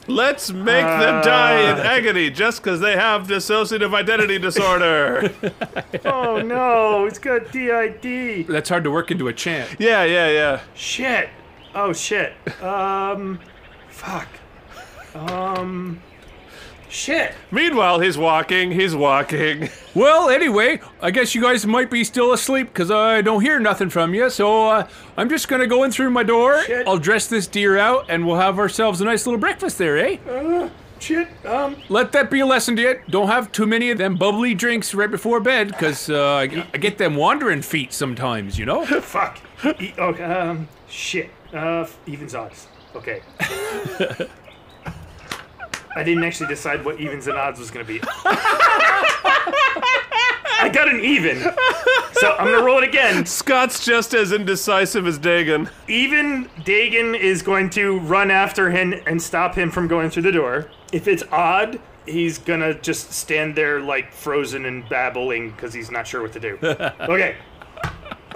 [SPEAKER 1] Let's make them die in agony just because they have dissociative identity disorder.
[SPEAKER 4] Oh no! It's got DID.
[SPEAKER 3] That's hard to work into a chant.
[SPEAKER 1] yeah, yeah, yeah.
[SPEAKER 4] Shit. Oh shit. Um, fuck. Um, shit.
[SPEAKER 1] Meanwhile, he's walking, he's walking. <laughs>
[SPEAKER 3] Well, anyway, I guess you guys might be still asleep because I don't hear nothing from you. So uh, I'm just gonna go in through my door.
[SPEAKER 4] Shit.
[SPEAKER 3] I'll dress this deer out, and we'll have ourselves a nice little breakfast there, eh?
[SPEAKER 4] Shit. Um,
[SPEAKER 3] Let that be a lesson to you. Don't have too many of them bubbly drinks right before bed because uh, I, I get them wandering feet sometimes, you
[SPEAKER 4] <laughs>
[SPEAKER 3] know.
[SPEAKER 4] fuck. E- okay. Um, shit. Uh, f- evens odds. Okay. I didn't actually decide what evens and odds was gonna be. I got an even, so I'm gonna roll it again.
[SPEAKER 1] Scott's just as indecisive as Dagon.
[SPEAKER 4] Even Dagon is going to run after him and stop him from going through the door. If it's odd, he's gonna just stand there like frozen and babbling because he's not sure what to do. okay.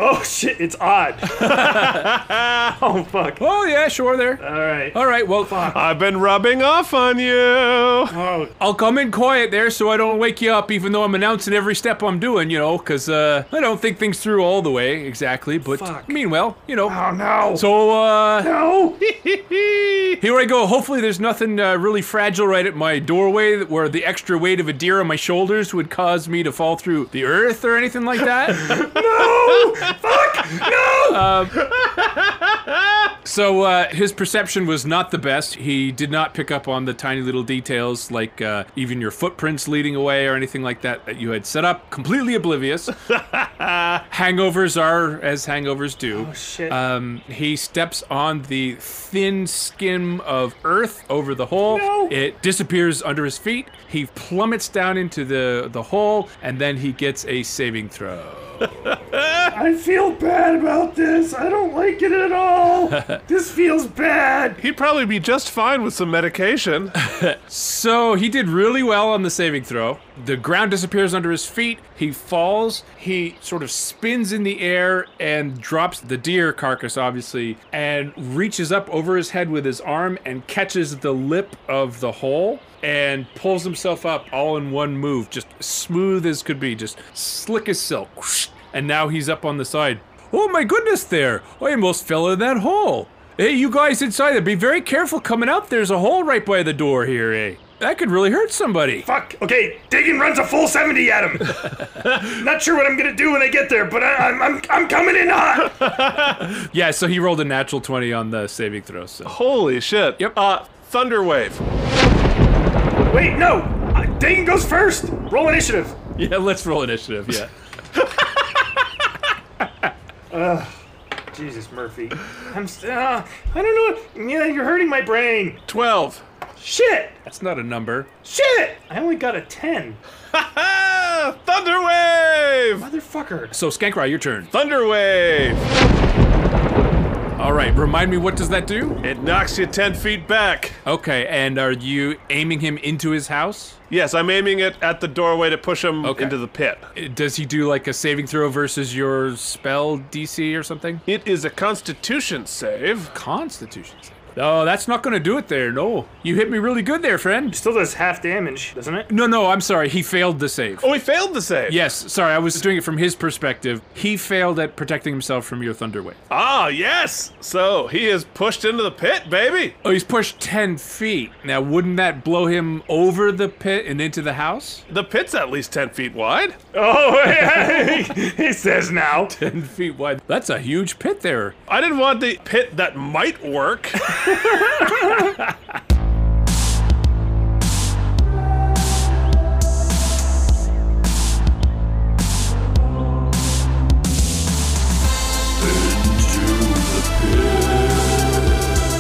[SPEAKER 4] Oh shit, it's odd. oh fuck.
[SPEAKER 3] Oh yeah, sure there.
[SPEAKER 4] Alright.
[SPEAKER 3] All right, well,
[SPEAKER 1] I've been rubbing off on you.
[SPEAKER 4] Oh,
[SPEAKER 3] I'll come in quiet there so I don't wake you up, even though I'm announcing every step I'm doing, you know, because uh, I don't think things through all the way exactly. But
[SPEAKER 4] Fuck.
[SPEAKER 3] meanwhile, you know.
[SPEAKER 4] oh no.
[SPEAKER 3] So uh,
[SPEAKER 4] no.
[SPEAKER 3] Here I go. Hopefully, there's nothing uh, really fragile right at my doorway that- where the extra weight of a deer on my shoulders would cause me to fall through the earth or anything like that. So uh, his perception was not the best. He did not pick up on the tiny little details, like uh, even your footprints leading away or anything like that that you had set up. Completely oblivious. hangovers are as hangovers do. Oh
[SPEAKER 4] shit.
[SPEAKER 3] Um, he steps on the thin skim of earth over the hole.
[SPEAKER 4] No.
[SPEAKER 3] It disappears under his feet. He plummets down into the the hole, and then he gets a saving throw.
[SPEAKER 4] I feel bad about this. I don't like it at all. this feels bad.
[SPEAKER 1] He'd probably be just fine with some medication.
[SPEAKER 3] So he did really well on the saving throw. The ground disappears under his feet. He falls. He sort of spins in the air and drops the deer carcass, obviously, and reaches up over his head with his arm and catches the lip of the hole and pulls himself up all in one move, just smooth as could be, just slick as silk. And now he's up on the side. Oh my goodness, there! I almost fell in that hole! Hey, you guys inside there, be very careful coming out. There's a hole right by the door here, eh? That could really hurt somebody.
[SPEAKER 4] Fuck. Okay, Dagan runs a full 70 at him. Not sure what I'm gonna do when I get there, but I, I'm, I'm I'm coming in hot.
[SPEAKER 3] Yeah, so he rolled a natural 20 on the saving throw, so.
[SPEAKER 1] Holy shit.
[SPEAKER 3] Yep.
[SPEAKER 1] Uh, Thunderwave.
[SPEAKER 4] Wait, no. Uh, Dagan goes first. Roll initiative.
[SPEAKER 3] <laughs> Yeah, let's roll initiative, yeah.
[SPEAKER 4] Jesus, Murphy. I'm st- uh, I don't know. Yeah, you're hurting my brain.
[SPEAKER 1] 12.
[SPEAKER 4] Shit.
[SPEAKER 3] <laughs> That's not a number.
[SPEAKER 4] Shit. I only got a 10.
[SPEAKER 1] Ah, Thunderwave!
[SPEAKER 4] Motherfucker.
[SPEAKER 3] So, Skankrai, your turn.
[SPEAKER 1] Thunderwave!
[SPEAKER 3] All right, remind me, what does that do?
[SPEAKER 1] It knocks you 10 feet back.
[SPEAKER 3] Okay, and are you aiming him into his house?
[SPEAKER 1] Yes, I'm aiming it at the doorway to push him
[SPEAKER 3] Okay.
[SPEAKER 1] into the pit.
[SPEAKER 3] Does he do like a saving throw versus your spell DC or something?
[SPEAKER 1] It is a constitution save.
[SPEAKER 3] Constitution. save. Oh, that's not going to do it there. No. You hit me really good there, friend.
[SPEAKER 4] Still does half damage, doesn't it? <laughs>
[SPEAKER 3] No, no, I'm sorry. He failed the save.
[SPEAKER 1] Oh, he failed the save.
[SPEAKER 3] Yes, sorry. I was doing it from his perspective. He failed at protecting himself from your thunder wave.
[SPEAKER 1] Ah, yes. So he is pushed into the pit, baby.
[SPEAKER 3] Oh, he's pushed 10 feet. Now, wouldn't that blow him over the pit and into the house? <laughs>
[SPEAKER 1] The pit's at least 10 feet wide.
[SPEAKER 4] Oh, hey, <laughs> he says now.
[SPEAKER 3] 10 feet wide. That's a huge pit there.
[SPEAKER 1] I didn't want the pit that might work.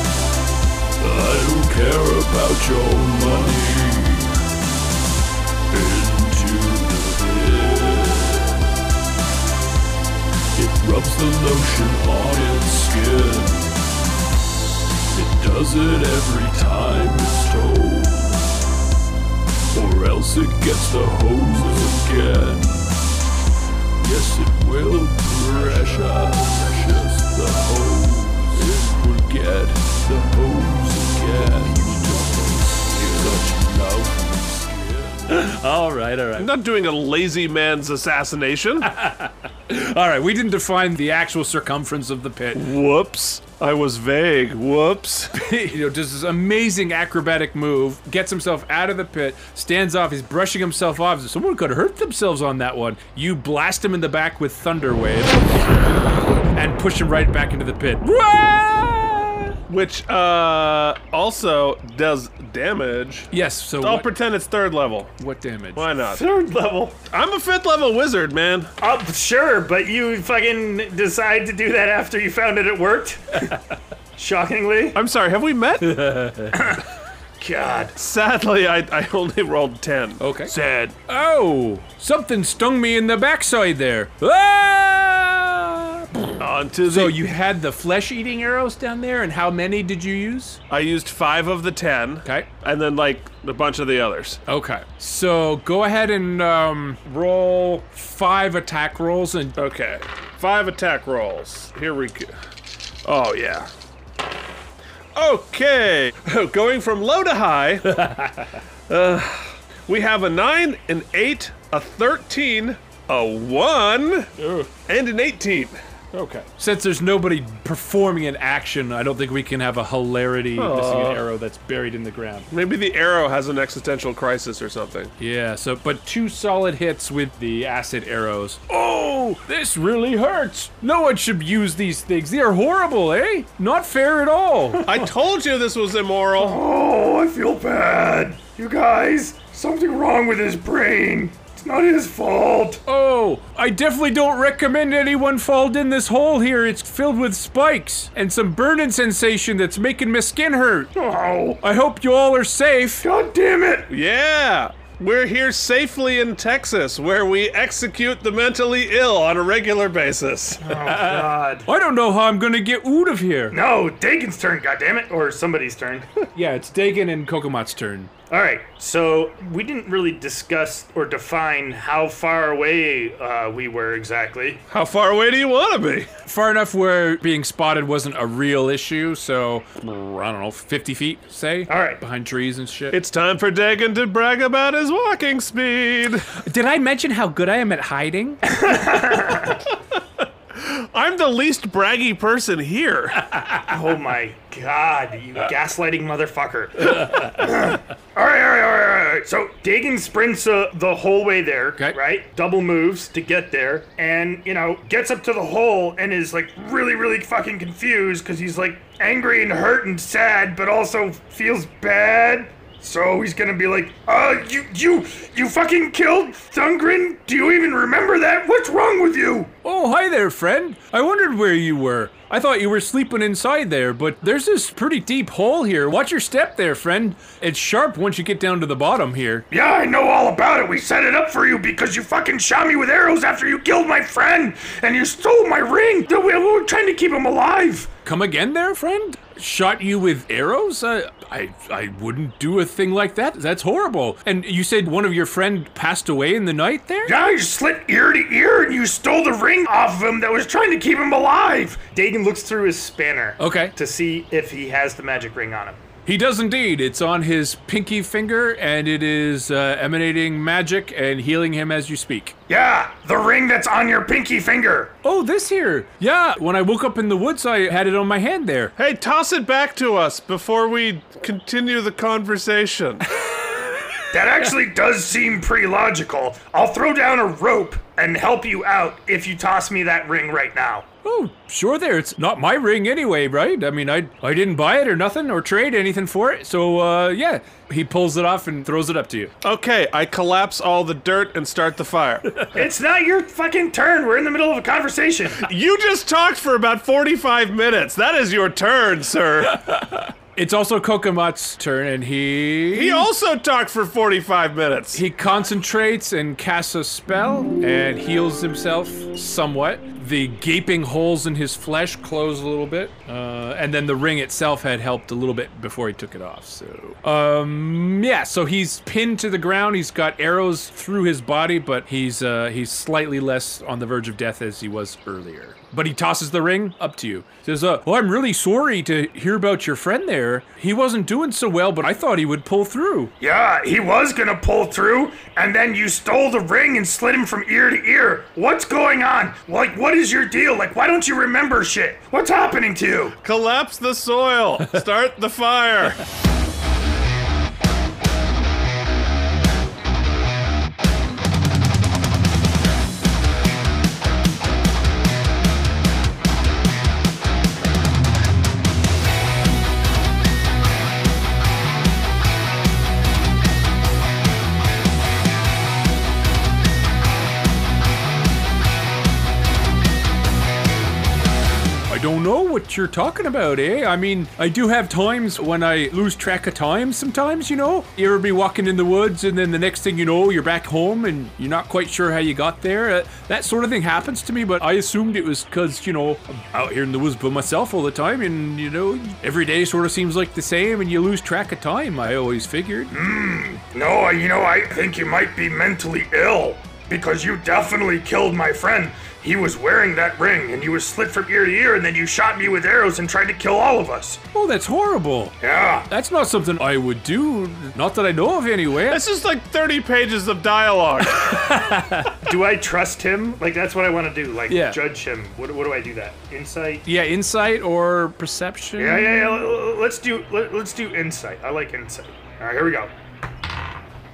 [SPEAKER 2] I don't care about your money. Into the pit. It rubs the lotion on its skin. It does it every time it's told. Or else it gets the hoses again. Yes, it will pressure, precious the hose. It will get the hose again. You don't such loud skin.
[SPEAKER 3] All right, all right.
[SPEAKER 1] I'm not doing a lazy man's assassination.
[SPEAKER 3] All right, we didn't define the actual circumference of the pit. <laughs>
[SPEAKER 1] Whoops. I was vague. Whoops.
[SPEAKER 3] you know, does this amazing acrobatic move, gets himself out of the pit, stands off, he's brushing himself off. Someone could hurt themselves on that one. You blast him in the back with Thunder Wave and push him right back into the pit.
[SPEAKER 1] <laughs> Which uh also does damage.
[SPEAKER 3] Yes, so
[SPEAKER 1] I'll
[SPEAKER 3] what,
[SPEAKER 1] pretend it's third level.
[SPEAKER 3] what damage?
[SPEAKER 1] Why
[SPEAKER 4] <laughs>
[SPEAKER 1] not?
[SPEAKER 4] Third level.
[SPEAKER 1] I'm a fifth level wizard, man.
[SPEAKER 4] Uh, sure, but you fucking decide to do that after you found that it worked. Shockingly.
[SPEAKER 1] I'm sorry, have we met?
[SPEAKER 4] God.
[SPEAKER 1] Sadly, I, I only rolled 10.
[SPEAKER 3] Okay.
[SPEAKER 1] Sad.
[SPEAKER 3] Oh, something stung me in the backside there. Ah!
[SPEAKER 1] Onto the.
[SPEAKER 3] So you had the flesh-eating arrows down there, and how many did you use?
[SPEAKER 1] I used five of the 10.
[SPEAKER 3] Okay.
[SPEAKER 1] And then, like, a bunch of the others.
[SPEAKER 3] Okay. So go ahead and um, roll five attack rolls and
[SPEAKER 1] Okay. Five attack rolls. Here we go. Oh, yeah. Okay. <laughs> Going from low to high, <laughs> uh, we have a 9, an 8, a 13, a 1, and an 18.
[SPEAKER 3] Okay. Since there's nobody performing an action, I don't think we can have a hilarity missing an arrow that's buried in the ground.
[SPEAKER 1] Maybe the arrow has an existential crisis or something.
[SPEAKER 3] Yeah, so but two solid hits with the acid arrows. Oh, this really hurts. No one should use these things. They are horrible, eh? Not fair
[SPEAKER 1] <laughs>
[SPEAKER 3] at all.
[SPEAKER 1] I told you this was
[SPEAKER 4] <laughs>
[SPEAKER 1] immoral.
[SPEAKER 4] Oh, I feel bad. You guys, something wrong with his brain. It's not his fault.
[SPEAKER 3] oh, I definitely don't recommend anyone fall in this hole here. It's filled with spikes and some burning sensation that's making my skin hurt.
[SPEAKER 4] Oh,
[SPEAKER 3] I hope you all are safe.
[SPEAKER 4] god damn it.
[SPEAKER 1] Yeah. We're here safely in Texas, where we execute the mentally ill on a regular basis.
[SPEAKER 4] God.
[SPEAKER 3] I don't know how I'm gonna get out of here.
[SPEAKER 4] No, Dagon's turn, goddammit. Or somebody's turn.
[SPEAKER 3] Yeah, it's Dagon and Kokomat's turn.
[SPEAKER 4] All right, so we didn't really discuss or define how far away uh, we were exactly.
[SPEAKER 1] How far away do you want to be?
[SPEAKER 3] Far enough where being spotted wasn't a real issue, so I don't know, 50 feet, say.
[SPEAKER 4] All right.
[SPEAKER 3] behind trees and shit.
[SPEAKER 1] It's time for Dagon to brag about his walking speed.
[SPEAKER 5] Did I mention how good I am at hiding? <laughs>
[SPEAKER 1] I'm the least braggy person here.
[SPEAKER 4] Oh my god, you gaslighting motherfucker. <laughs> all, right, all right, all right, all right. So Dagon sprints uh, the whole way there,
[SPEAKER 3] Okay.
[SPEAKER 4] right? Double moves to get there and, you know, gets up to the hole and is like really, really fucking confused because he's like angry and hurt and sad, but also feels bad. So he's gonna be like, uh, you, you, you fucking killed Thungren? Do you even remember that? What's wrong with you?
[SPEAKER 3] Oh, hi there, friend. I wondered where you were. I thought you were sleeping inside there, but there's this pretty deep hole here. Watch your step there, friend. It's sharp once you get down to the bottom here.
[SPEAKER 4] Yeah, I know all about it. We set it up for you because you fucking shot me with arrows after you killed my friend and you stole my ring. We we were trying to keep him alive.
[SPEAKER 3] Come again there, friend? Shot you with arrows? I, I, I wouldn't do a thing like that. That's horrible. And you said one of your friend passed away in the night there?
[SPEAKER 4] Yeah, you slit ear to ear and you stole the ring off of him that was trying to keep him alive. Dagan looks through his spanner
[SPEAKER 3] Okay.
[SPEAKER 4] to see if he has the magic ring on him.
[SPEAKER 3] He does indeed. It's on his pinky finger, and it is uh, emanating magic and healing him as you speak.
[SPEAKER 4] Yeah, the ring that's on your pinky finger.
[SPEAKER 3] Oh, this here. Yeah, when I woke up in the woods, I had it on my hand there.
[SPEAKER 1] Hey, toss it back to us before we continue the conversation.
[SPEAKER 4] That <laughs> actually does seem pretty logical. I'll throw down a rope and help you out if you toss me that ring right now.
[SPEAKER 3] Oh, sure there. It's not my ring anyway, right? I mean, I I didn't buy it or nothing or trade anything for it. So, uh, yeah, he pulls it off and throws it up to you.
[SPEAKER 1] Okay, I collapse all the dirt and start the fire.
[SPEAKER 4] It's not your fucking turn. We're in the middle of a conversation.
[SPEAKER 1] you just talked for about 45 minutes. That is your turn, sir.
[SPEAKER 3] It's also Kokomat's turn, and he <laughs>
[SPEAKER 1] He also talked for 45 minutes.
[SPEAKER 3] He concentrates and casts a spell and heals himself somewhat. The gaping holes in his flesh close a little bit, uh, and then the ring itself had helped a little bit before he took it off. So, um, yeah. So he's pinned to the ground. He's got arrows through his body, but he's uh, he's slightly less on the verge of death as he was earlier. But he tosses the ring up to you. Says, uh, "Oh, I'm really sorry to hear about your friend there. He wasn't doing so well, but I thought he would pull through."
[SPEAKER 4] <laughs> Yeah, he was gonna pull through, and then you stole the ring and slid him from ear to ear. What's going on? Like, what is your deal? Like, why don't you remember shit? What's happening to you?
[SPEAKER 1] Collapse the soil. Start the fire.
[SPEAKER 3] I don't know what you're talking about, eh? I mean, I do have times when I lose track of time sometimes, you know? You ever be walking in the woods and then the next thing you know, you're back home and you're not quite sure how you got there? Uh, that sort of thing happens to me, but I assumed it was because, you know, I'm out here in the woods by myself all the time and, you know, every day sort of seems like the same and you lose track of time, I always figured.
[SPEAKER 4] No, you know, I think you might be mentally ill because you definitely killed my friend. He was wearing that ring, and you was slit from ear to ear, and then you shot me with arrows and tried to kill all of us.
[SPEAKER 3] Oh, that's horrible.
[SPEAKER 4] Yeah.
[SPEAKER 3] That's not something I would do. Not that I know of, anyway.
[SPEAKER 1] That's just like 30 pages of dialogue.
[SPEAKER 4] Do I trust him? Like, that's what I want to do. Like,
[SPEAKER 3] Yeah.
[SPEAKER 4] judge him. What, what do I do that? Insight?
[SPEAKER 3] Yeah, insight or perception?
[SPEAKER 4] Yeah, yeah, yeah. l- l- Let's do let, let's do insight. I like insight. All right, here we go.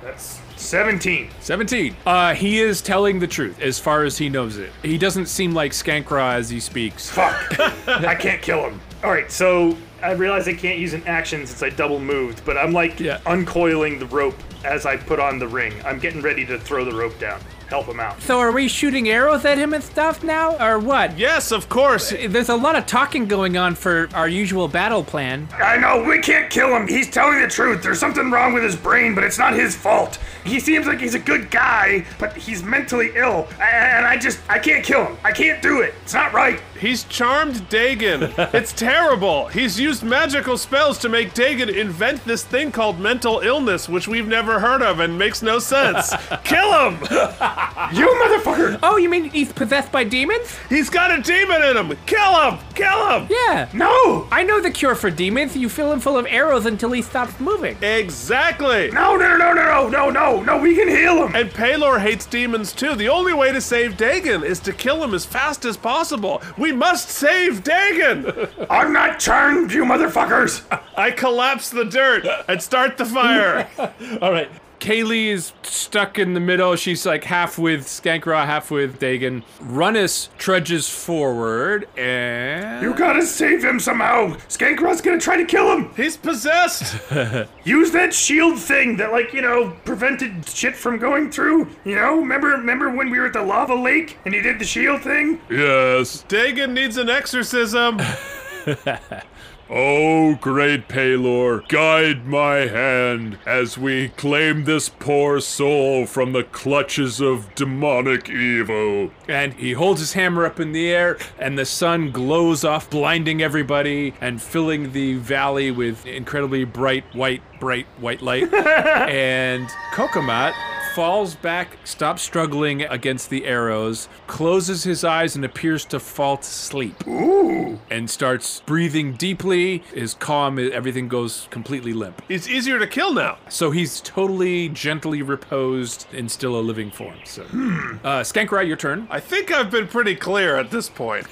[SPEAKER 4] That's 17.
[SPEAKER 3] 17. Uh, he is telling the truth as far as he knows it. He doesn't seem like Skankra as he speaks.
[SPEAKER 4] Fuck. I can't kill him. All right, so I realize I can't use an action since I double moved, but I'm like
[SPEAKER 3] Yeah.
[SPEAKER 4] uncoiling the rope as I put on the ring. I'm getting ready to throw the rope down. help him out.
[SPEAKER 5] So are we shooting arrows at him and stuff now, or what?
[SPEAKER 1] Yes, of course.
[SPEAKER 5] There's a lot of talking going on for our usual battle plan.
[SPEAKER 4] I know, we can't kill him. He's telling the truth. There's something wrong with his brain, but it's not his fault. He seems like he's a good guy, but he's mentally ill. a- And I just, I can't kill him. I can't do it. It's not right.
[SPEAKER 1] He's charmed
[SPEAKER 4] <laughs>
[SPEAKER 1] Dagon. it's terrible. He's used magical spells to make Dagon invent this thing called mental illness, which we've never heard of and makes no
[SPEAKER 4] <laughs>
[SPEAKER 1] sense. Kill him!
[SPEAKER 4] You motherfucker!
[SPEAKER 5] Oh, you mean he's possessed by demons?
[SPEAKER 1] He's got a demon in him! Kill him! Kill him!
[SPEAKER 5] Yeah.
[SPEAKER 4] No!
[SPEAKER 5] I know the cure for demons. You fill him full of arrows until he stops moving.
[SPEAKER 1] Exactly!
[SPEAKER 4] No, no, no, no, no, no, no, no, we can heal him.
[SPEAKER 1] And Palor hates demons too. The only way to save Dagon is to kill him as fast as possible. We must save Dagon!
[SPEAKER 4] <laughs> I'm not charmed, you motherfuckers.
[SPEAKER 1] I collapse the dirt and start the
[SPEAKER 4] <laughs>
[SPEAKER 1] fire.
[SPEAKER 3] All right. Kaylee is stuck in the middle. She's like half with Skankra, half with Dagon. Runnis trudges forward and.
[SPEAKER 4] You gotta save him somehow. Skankraw's gonna try to kill him.
[SPEAKER 1] He's possessed!
[SPEAKER 4] Use that shield thing that, like, you know, prevented shit from going through. You know, remember, remember when we were at the lava lake and you did the shield thing?
[SPEAKER 6] Yes.
[SPEAKER 1] Dagon needs an exorcism.
[SPEAKER 6] Oh, great Palor, guide my hand as we claim this poor soul from the clutches of demonic evil.
[SPEAKER 3] And he holds his hammer up in the air, and the sun glows off, blinding everybody and filling the valley with incredibly bright, white, bright, white light. and Kokomat falls back, stops struggling against the arrows, closes his eyes, and appears to fall to sleep. Ooh. And starts breathing deeply. Is calm, everything goes completely limp.
[SPEAKER 1] It's easier to kill now.
[SPEAKER 3] So he's totally gently reposed and still a living form. So, uh, Skankrai, your turn.
[SPEAKER 1] I think I've been pretty clear at this point.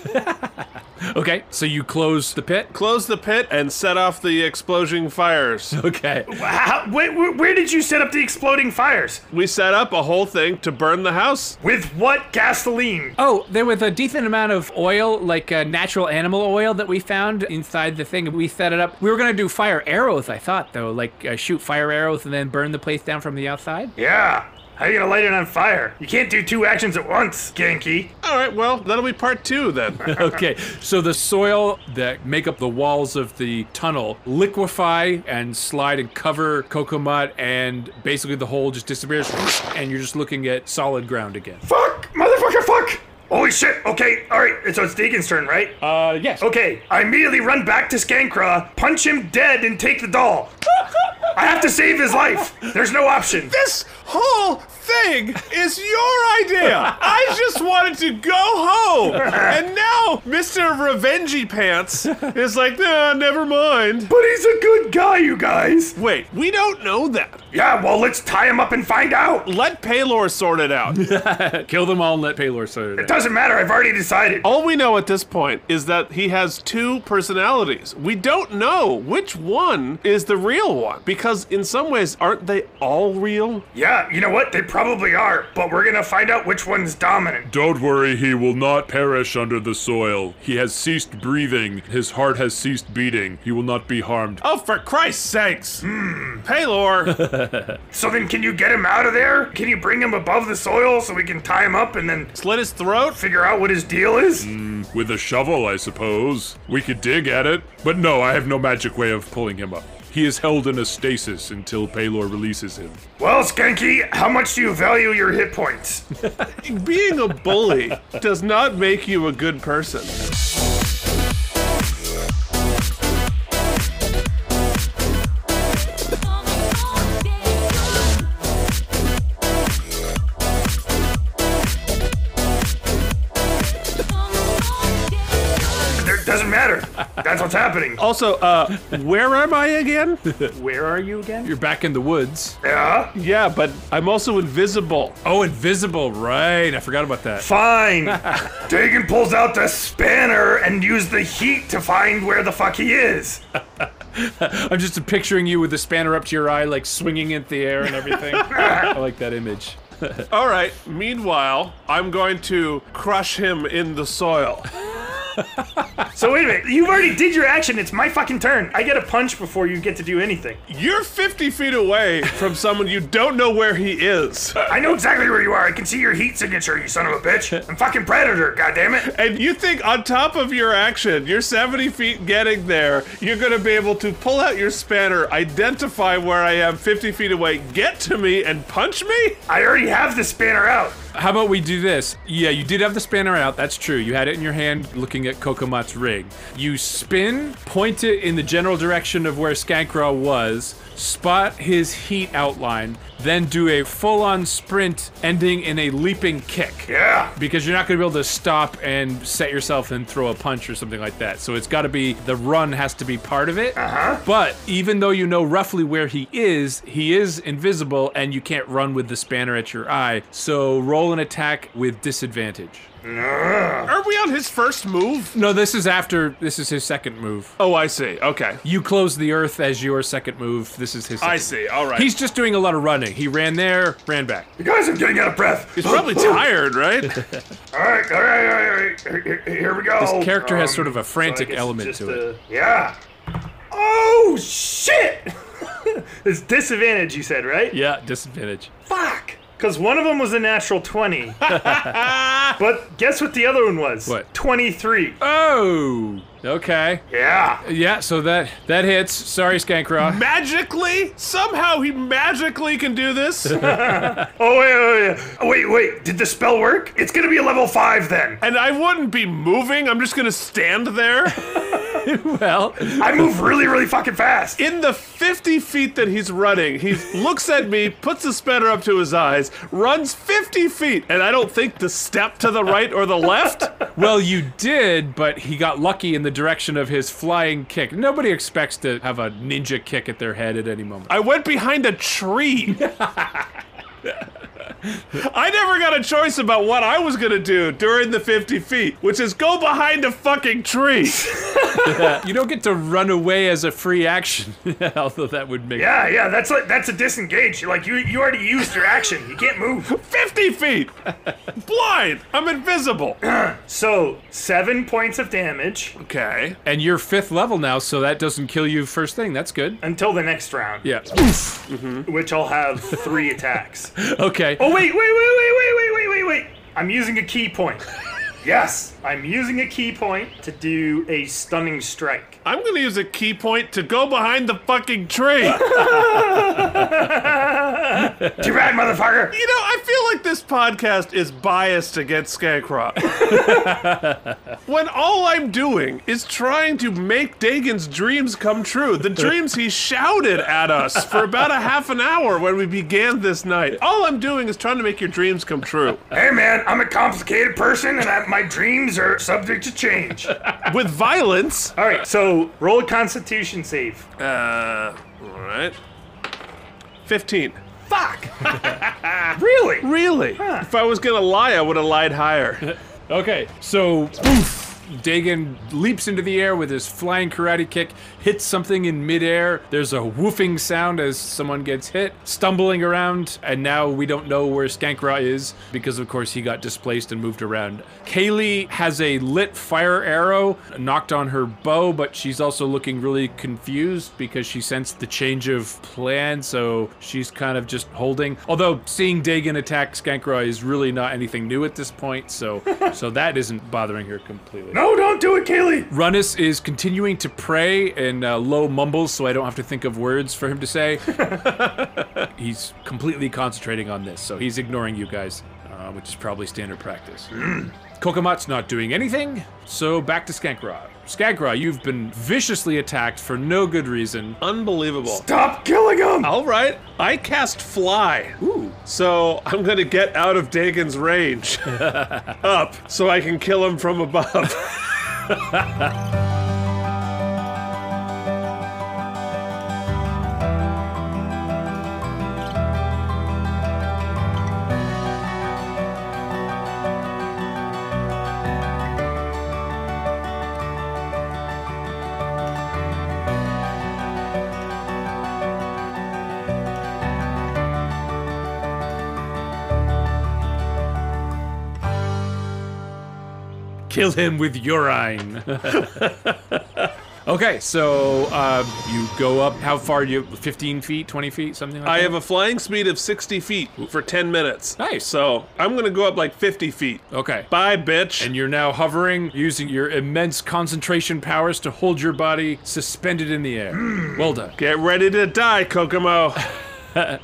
[SPEAKER 3] Okay, so you close
[SPEAKER 5] <laughs>
[SPEAKER 3] the pit.
[SPEAKER 1] Close the pit and set off the exploding fires.
[SPEAKER 3] Okay.
[SPEAKER 4] How, wait, where, where did you set up the exploding fires?
[SPEAKER 1] We set up a whole thing to burn the house.
[SPEAKER 4] With what gasoline?
[SPEAKER 5] Oh, there was a decent amount of oil, like uh, natural animal oil, that we found inside the thing. We set it up. We were gonna do fire arrows, I thought, though, like uh, shoot fire arrows and then burn the place down from the outside.
[SPEAKER 4] Yeah. How you gonna light it on fire? You can't do two actions at once, Genki.
[SPEAKER 1] All right, well, that'll be part two then.
[SPEAKER 3] <laughs> Okay. So the soil that make up the walls of the tunnel liquefy and slide and cover Kokomut, and basically the hole just disappears, and you're just looking at solid ground again.
[SPEAKER 4] Fuck! Motherfucker, fuck! Holy shit, okay, alright, so it's Deacon's turn, right?
[SPEAKER 3] Uh, yes.
[SPEAKER 4] Okay, I immediately run back to Skankra, punch him dead, and take the doll. I have to save his life. There's no option.
[SPEAKER 1] this whole thing is your idea. I just wanted to go home. And now Mr. Revengey Pants is like, nah, never mind.
[SPEAKER 4] But he's a good guy, you guys.
[SPEAKER 1] Wait, we don't know that.
[SPEAKER 4] Yeah, well, let's tie him up and find out.
[SPEAKER 1] Let Paylor sort it out.
[SPEAKER 3] Kill them all and let Palor sort it
[SPEAKER 4] It
[SPEAKER 3] out.
[SPEAKER 4] doesn't matter. I've already decided.
[SPEAKER 1] All we know at this point is that he has two personalities. We don't know which one is the real one because, in some ways, aren't they all real?
[SPEAKER 4] Yeah, you know what? They probably are, but we're gonna find out which one's dominant.
[SPEAKER 6] Don't worry, he will not perish under the soil. He has ceased breathing, his heart has ceased beating. He will not be harmed.
[SPEAKER 1] Oh, for Christ's sakes! Hmm. <laughs> Paylor!
[SPEAKER 4] So then, can you get him out of there? Can you bring him above the soil so we can tie him up and then
[SPEAKER 1] slit his throat?
[SPEAKER 4] figure out what his deal is?
[SPEAKER 6] With a shovel, I suppose. We could dig at it. But no, I have no magic way of pulling him up. He is held in a stasis until Palor releases him.
[SPEAKER 4] Well, Skanky, how much do you value your hit points?
[SPEAKER 1] Being a bully does not make you a good person.
[SPEAKER 4] There doesn't matter. That's what's happening.
[SPEAKER 1] Also, uh, where am I again?
[SPEAKER 4] Where are you again?
[SPEAKER 3] You're back in the woods.
[SPEAKER 4] Yeah.
[SPEAKER 1] Yeah, but I'm also invisible.
[SPEAKER 3] Oh, invisible, right. I forgot about that.
[SPEAKER 4] <laughs> Fine. Dagon pulls out the spanner and uses the heat to find where the fuck he is.
[SPEAKER 3] I'm just picturing you with the spanner up to your eye, like swinging in the air and everything. I like that image.
[SPEAKER 1] All right, meanwhile, I'm going to crush him in the soil.
[SPEAKER 4] So wait a minute. You've already did your action. It's my fucking turn. I get a punch before you get to do anything.
[SPEAKER 1] You're 50 feet away from someone you don't know where he is,
[SPEAKER 4] I know exactly where you are. I can see your heat signature, you son of a bitch. I'm fucking predator, goddammit.
[SPEAKER 1] and you think on top of your action, you're 70 feet getting there, you're gonna be able to pull out your spanner, identify where I am 50 feet away, get to me, and punch me?
[SPEAKER 4] I already have the spanner out.
[SPEAKER 3] How about we do this? Yeah, you did have the spanner out. That's true. You had it in your hand looking at Kokomat's rig. You spin, point it in the general direction of where Skankraw was, spot his heat outline, then do a full on sprint ending in a leaping kick.
[SPEAKER 4] Yeah.
[SPEAKER 3] Because you're not going to be able to stop and set yourself and throw a punch or something like that. So it's got to be the run has to be part of it. Uh-huh. But even though you know roughly where he is, he is invisible and you can't run with the spanner at your eye. So roll an attack with disadvantage.
[SPEAKER 1] Are we on his first move?
[SPEAKER 3] No, this is after this is his second move.
[SPEAKER 1] Oh, I see. Okay.
[SPEAKER 3] You close the earth as your second move. This is his second.
[SPEAKER 1] I see. All right.
[SPEAKER 3] He's just doing a lot of running. He ran there, ran back.
[SPEAKER 4] You guys, I'm getting out of breath.
[SPEAKER 1] He's probably tired, right? <laughs>
[SPEAKER 4] All right, all right, all right, all right. Here, here- here we go.
[SPEAKER 3] This character has
[SPEAKER 4] Um,
[SPEAKER 3] sort of a
[SPEAKER 4] so I
[SPEAKER 3] frantic
[SPEAKER 4] guess
[SPEAKER 3] element
[SPEAKER 4] just
[SPEAKER 3] to it.
[SPEAKER 4] a- yeah. Oh, shit. <laughs> it's disadvantage, you said, right?
[SPEAKER 3] Yeah, disadvantage.
[SPEAKER 4] Fuck. Because one of them was a
[SPEAKER 3] <laughs>
[SPEAKER 4] natural 20. but guess what the other one was?
[SPEAKER 3] What?
[SPEAKER 4] 23.
[SPEAKER 3] Oh, okay.
[SPEAKER 4] Yeah.
[SPEAKER 3] Yeah, so that that hits. Sorry, Skankra.
[SPEAKER 1] magically? Somehow he magically can do this?
[SPEAKER 4] Oh, wait, wait, wait. Oh, wait, wait. Did the spell work? It's going to be a level 5 then.
[SPEAKER 1] And I wouldn't be moving. I'm just gonna stand there.
[SPEAKER 3] <laughs> well,
[SPEAKER 4] I move really, really fucking fast.
[SPEAKER 1] In the 50 feet that he's running, he looks at me, puts the spanner up to his eyes, runs 50 feet, and I don't think the step to the right or the left.
[SPEAKER 3] well, you did, but he got lucky in the direction of his flying kick. Nobody expects to have a ninja kick at their head at any moment.
[SPEAKER 1] I went behind a tree. I never got a choice about what I was gonna do during the 50 feet, which is go behind a fucking tree.
[SPEAKER 3] you don't get to run away as a free action, <laughs> although that would make.
[SPEAKER 4] Yeah, yeah, that's like that's a disengage. Like you you already used your action. You can't move.
[SPEAKER 1] 50 feet! Blind! I'm invisible.
[SPEAKER 4] So, 7 points of damage
[SPEAKER 1] Okay.
[SPEAKER 3] And you're fifth level now, so that doesn't kill you first thing. That's good.
[SPEAKER 4] until the next round,
[SPEAKER 3] Yeah.
[SPEAKER 4] which I'll have 3 attacks.
[SPEAKER 3] Okay.
[SPEAKER 4] Oh wait, wait, wait, wait, wait, wait, wait, wait, wait. I'm using a key point. Yes, I'm using a key point to do a stunning strike.
[SPEAKER 1] I'm gonna use a key point to go behind the fucking tree.
[SPEAKER 4] Too bad, motherfucker.
[SPEAKER 1] You know, I feel like this podcast is biased against <laughs> Scarecrow. when all I'm doing is trying to make Dagon's dreams come true, the dreams he shouted at us for about a half an hour when we began this night. All I'm doing is trying to make your dreams come true.
[SPEAKER 4] Hey man, I'm a complicated person and I, my dreams are subject to change.
[SPEAKER 1] With violence.
[SPEAKER 4] All right, so roll a constitution save.
[SPEAKER 1] Uh, alright. 15.
[SPEAKER 4] Fuck. <laughs> really?
[SPEAKER 1] Really? If I was gonna lie, I would have lied higher.
[SPEAKER 3] Okay, so oof, Dagon leaps into the air with his flying karate kick, hits something in midair. There's a woofing sound as someone gets hit, stumbling around, and now we don't know where Skankra is because, of course, he got displaced and moved around. Kaylee has a lit fire arrow knocked on her bow, but she's also looking really confused because she sensed the change of plan, so she's kind of just holding. Although seeing Dagon attack Skankra is really not anything new at this point, so so that isn't bothering her completely.
[SPEAKER 4] No, don't do it, Kaylee.
[SPEAKER 3] Runus is continuing to pray in uh, low mumbles, so I don't have to think of words for him
[SPEAKER 1] <laughs>
[SPEAKER 3] to say. he's completely concentrating on this, so he's ignoring you guys, uh, which is probably
[SPEAKER 1] <clears throat>
[SPEAKER 3] standard practice. Kokomat's not doing anything, so back to Skankra. Skankra, you've been viciously attacked for no good reason.
[SPEAKER 1] <laughs> Unbelievable.
[SPEAKER 4] Stop killing him.
[SPEAKER 1] All right, I cast fly.
[SPEAKER 3] Ooh.
[SPEAKER 1] So I'm gonna get out of Dagon's range, <laughs> up, so I can kill him from above. <laughs>
[SPEAKER 3] kill him
[SPEAKER 1] <laughs>
[SPEAKER 3] with urine. okay, so uh, you go up. How far? do You 15 feet, 20 feet, something like
[SPEAKER 1] I
[SPEAKER 3] that.
[SPEAKER 1] have a flying speed of 60 feet for 10 minutes.
[SPEAKER 3] Nice.
[SPEAKER 1] So I'm going to go up like 50 feet.
[SPEAKER 3] okay.
[SPEAKER 1] Bye, bitch.
[SPEAKER 3] And you're now hovering, using your immense concentration powers to hold your body suspended in the air. Well done.
[SPEAKER 1] Get ready to die, <laughs> Kokomo.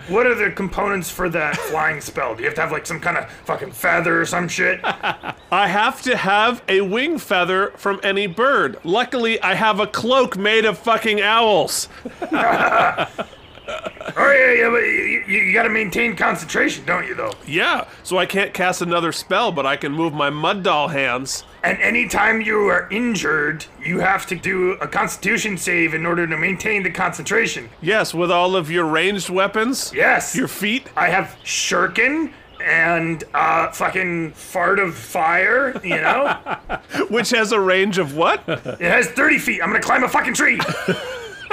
[SPEAKER 4] What are the components for that flying spell? Do you have to have like some kind of fucking feather or some shit?
[SPEAKER 1] I have to have a wing feather from any bird. Luckily, I have a cloak made of fucking owls.
[SPEAKER 4] Oh yeah, yeah, but you, you you gotta maintain concentration, don't you though?
[SPEAKER 1] Yeah, so I can't cast another spell, but I can move my mud doll hands.
[SPEAKER 4] And anytime you are injured, you have to do a constitution save in order to maintain the concentration.
[SPEAKER 1] Yes, with all of your ranged weapons.
[SPEAKER 4] Yes.
[SPEAKER 1] Your feet.
[SPEAKER 4] I have shuriken and uh fucking fart of fire, you know?
[SPEAKER 1] Which has a range of what?
[SPEAKER 4] it has 30 feet. I'm gonna climb a fucking tree.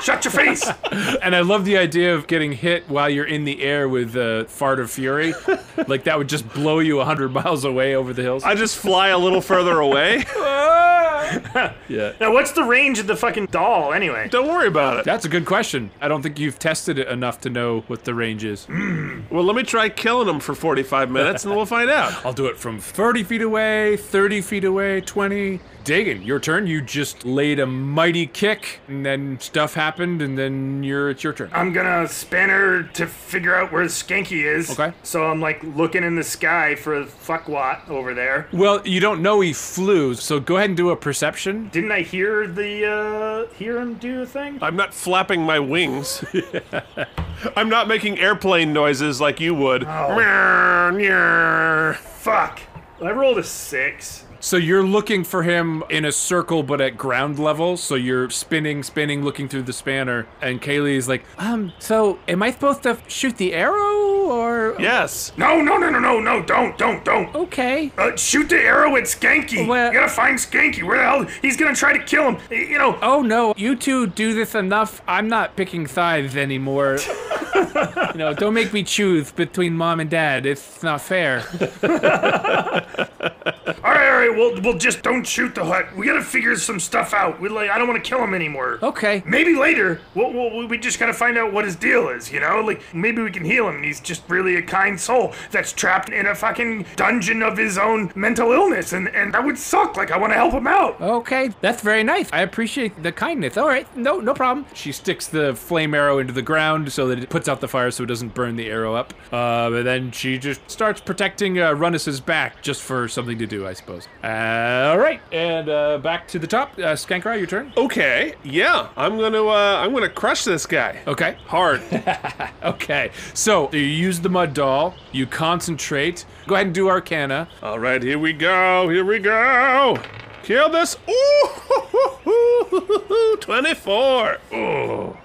[SPEAKER 4] Shut your face.
[SPEAKER 3] And I love the idea of getting hit while you're in the air with uh, fart of fury. like that would just blow you 100 miles away over the hills.
[SPEAKER 1] I just fly a little further away.
[SPEAKER 4] Now what's the range of the fucking doll anyway?
[SPEAKER 1] Don't worry about it.
[SPEAKER 3] That's a good question. I don't think you've tested it enough to know what the range is.
[SPEAKER 1] Well, let me try killing him for 45 minutes and we'll find out.
[SPEAKER 3] I'll do it from 30 feet away, 30 feet away, 20. Dagon, your turn. You just laid a mighty kick, and then stuff happened, and then you're it's your turn.
[SPEAKER 4] I'm gonna span her to figure out where Skanky is.
[SPEAKER 3] Okay.
[SPEAKER 4] So I'm like looking in the sky for fuckwat over there.
[SPEAKER 3] Well, you don't know he flew, so go ahead and do a perception.
[SPEAKER 4] Didn't I hear the uh hear him do a thing?
[SPEAKER 1] I'm not flapping my wings. I'm not making airplane noises like you would.
[SPEAKER 4] Fuck. I rolled a six.
[SPEAKER 3] So you're looking for him in a circle, but at ground level. So you're spinning, spinning, looking through the spanner, and Kaylee is like,
[SPEAKER 5] Um, so am I supposed to shoot the arrow or?
[SPEAKER 1] Yes.
[SPEAKER 4] No, no, no, no, no, no, don't, don't, don't.
[SPEAKER 5] Okay.
[SPEAKER 4] Uh, shoot the arrow at Skanky.
[SPEAKER 5] Well-
[SPEAKER 4] you gotta find Skanky. Where the hell? He's gonna try to kill him. Y- You know,
[SPEAKER 5] Oh no, you two do this enough. I'm not picking sides
[SPEAKER 3] <laughs>
[SPEAKER 5] anymore. you know, don't make me choose between mom and dad. It's not fair.
[SPEAKER 4] all right, all right, we'll, we'll just don't shoot the hut. We gotta figure some stuff out. We like, I don't wanna kill him anymore.
[SPEAKER 3] Oh.
[SPEAKER 5] Okay.
[SPEAKER 4] Maybe later, we'll, we'll, we just gotta find out what his deal is, you know? Like, maybe we can heal him. He's just really a kind soul that's trapped in a fucking dungeon of his own mental illness, and, and that would suck. Like, I wanna help him out.
[SPEAKER 5] Okay, that's very nice. I appreciate the kindness. All right, no, no problem.
[SPEAKER 3] She sticks the flame arrow into the ground so that it puts out the fire so it doesn't burn the arrow up. Uh, and then she just starts protecting uh, Runnis's back just for something to do, I suppose. all right, and uh, back to the top. Uh, Skankrai, your turn.
[SPEAKER 1] Okay. Yeah. I'm gonna. Uh, I'm gonna crush this guy.
[SPEAKER 3] Okay. <laughs>
[SPEAKER 1] Hard.
[SPEAKER 3] Okay. So you use the mud doll, you concentrate. Go ahead and do Arcana.
[SPEAKER 1] All right. Here we go. Here we go. Kill this. Ooh. <laughs> 24. Ooh.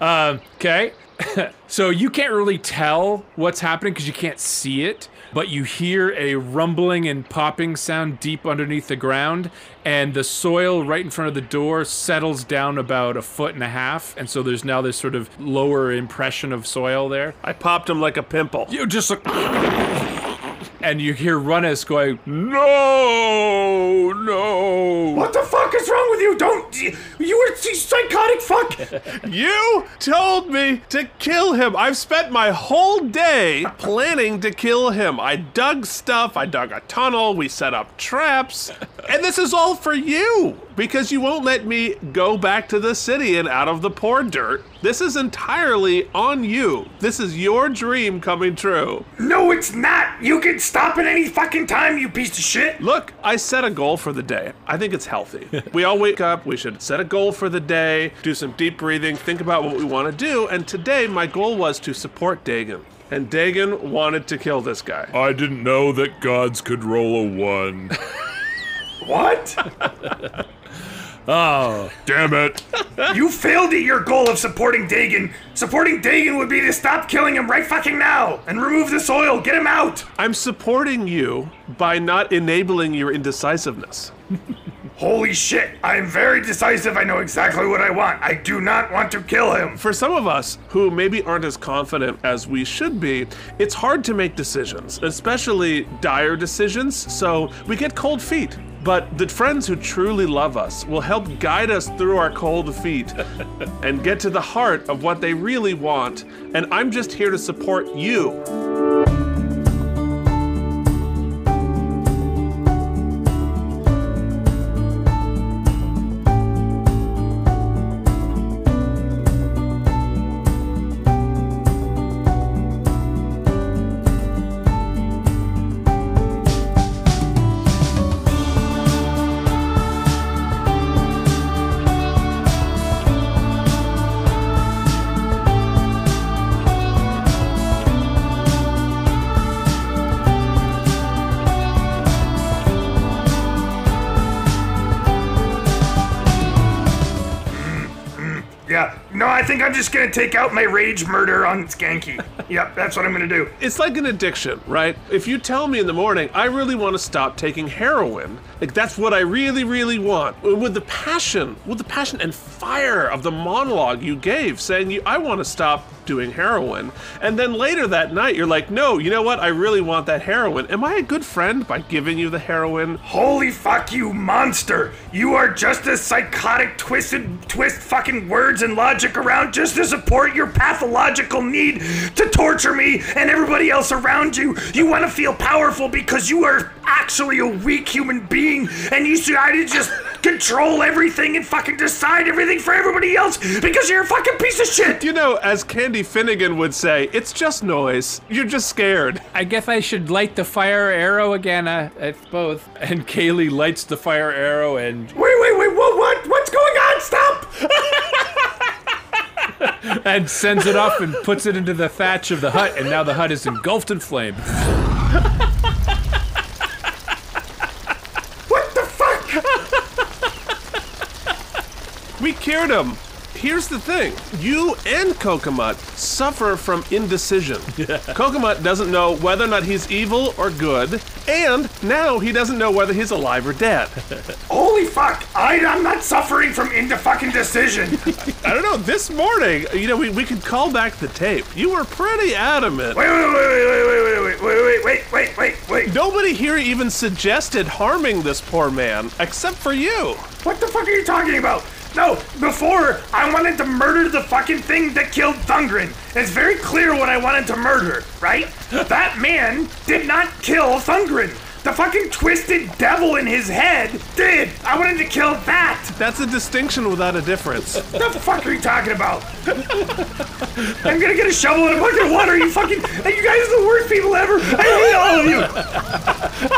[SPEAKER 3] Um, okay. <laughs> so you can't really tell what's happening because you can't see it, but you hear a rumbling and popping sound deep underneath the ground, and the soil right in front of the door settles down about a foot and a half, and so there's now this sort of lower impression of soil there.
[SPEAKER 1] I popped him like a pimple.
[SPEAKER 3] You just like, <coughs> and you hear Runnis going,
[SPEAKER 1] No. No.
[SPEAKER 4] What the fuck is wrong with you? Don't. You were you psychotic fuck.
[SPEAKER 1] You told me to kill him. I've spent my whole day planning to kill him. I dug stuff, I dug a tunnel, we set up traps. <laughs> And this is all for you because you won't let me go back to the city and out of the poor dirt. This is entirely on you. This is your dream coming true.
[SPEAKER 4] No, it's not. You can stop at any fucking time, you piece of shit.
[SPEAKER 1] Look, I set a goal for the day. I think it's healthy. we all wake up, we should set a goal for the day, do some deep breathing, think about what we want to do, and today my goal was to support Dagon. And Dagon wanted to kill this guy.
[SPEAKER 6] I didn't know that gods could roll a one.
[SPEAKER 4] What?
[SPEAKER 6] Damn it.
[SPEAKER 4] you failed at your goal of supporting Dagon. Supporting Dagon would be to stop killing him right fucking now and remove the soil. Get him out.
[SPEAKER 1] I'm supporting you by not enabling your indecisiveness.
[SPEAKER 4] Holy shit. I'm very decisive. I know exactly what I want. I do not want to kill him.
[SPEAKER 1] For some of us who maybe aren't as confident as we should be, it's hard to make decisions, especially dire decisions, so we get cold feet. But the friends who truly love us will help guide us through our cold feet and get to the heart of what they really want. And I'm just here to support you.
[SPEAKER 4] Yeah. No, I think I'm just gonna take out my rage murder on Skanky. yep, that's what I'm gonna do.
[SPEAKER 1] It's like an addiction, right? If you tell me in the morning, I really want to stop taking heroin, like that's what I really, really want. With the passion, with the passion and fire of the monologue you gave, saying you, I want to stop doing heroin, and then later that night you're like, no, you know what? I really want that heroin. Am I a good friend by giving you the heroin?
[SPEAKER 4] Holy fuck, you monster! You are just as psychotic, twisted, twist fucking words and logic around just to support your pathological need to torture me and everybody else around you. You want to feel powerful because you are actually a weak human being and you try to just <laughs> control everything and fucking decide everything for everybody else because you're a fucking piece of shit!
[SPEAKER 1] You know, as Candy Finnegan would say, it's just noise. You're just scared. <laughs>
[SPEAKER 5] I guess I should light the fire arrow again uh, at both.
[SPEAKER 3] And Kaylee lights the fire arrow and
[SPEAKER 4] Wait, wait, wait, what, what? What's going on? Stop!
[SPEAKER 3] and sends it off and puts it into the thatch of the hut, and now the hut is engulfed in flame.
[SPEAKER 4] What the fuck?
[SPEAKER 1] We cured him. Here's the thing you and Kokomut suffer from indecision. Kokomut doesn't know whether or not he's evil or good, and now he doesn't know whether he's alive or dead.
[SPEAKER 4] Holy fuck! I, I'm not suffering from into fucking decision.
[SPEAKER 1] I don't know, this morning, you know, we, we could call back the tape. You were pretty adamant.
[SPEAKER 4] Wait, wait, wait, wait, wait, wait, wait, wait, wait, wait, wait, wait.
[SPEAKER 1] Nobody here even suggested harming this poor man, except for you.
[SPEAKER 4] What the fuck are you talking about? No, before I wanted to murder the fucking thing that killed Thungren. It's very clear what I wanted to murder, right? that man did not kill Thungren. The fucking twisted devil in his head did. I wanted to kill that.
[SPEAKER 1] That's a distinction without a difference.
[SPEAKER 4] What the fuck are you talking about? I'm gonna get a shovel and a bucket of water. You fucking, and you guys are the worst people ever. I hate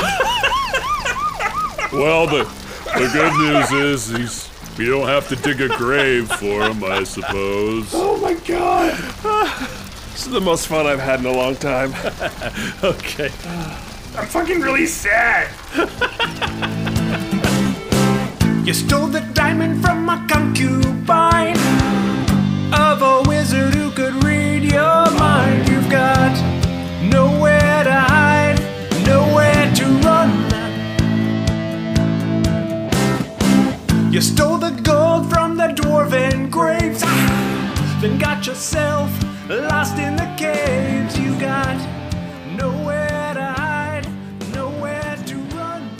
[SPEAKER 4] all of you.
[SPEAKER 6] Well, the, the good news is he's, we don't have to dig a grave for him, I suppose.
[SPEAKER 4] Oh my god.
[SPEAKER 1] this is the most fun I've had in a long time.
[SPEAKER 3] Okay.
[SPEAKER 4] I'm fucking really sad.
[SPEAKER 7] You stole the diamond from my concubine of a wizard who could read your mind. You've got nowhere to hide, nowhere to run. You stole the gold from the dwarven graves, then got yourself lost in the caves. You got nowhere to hide, nowhere to run.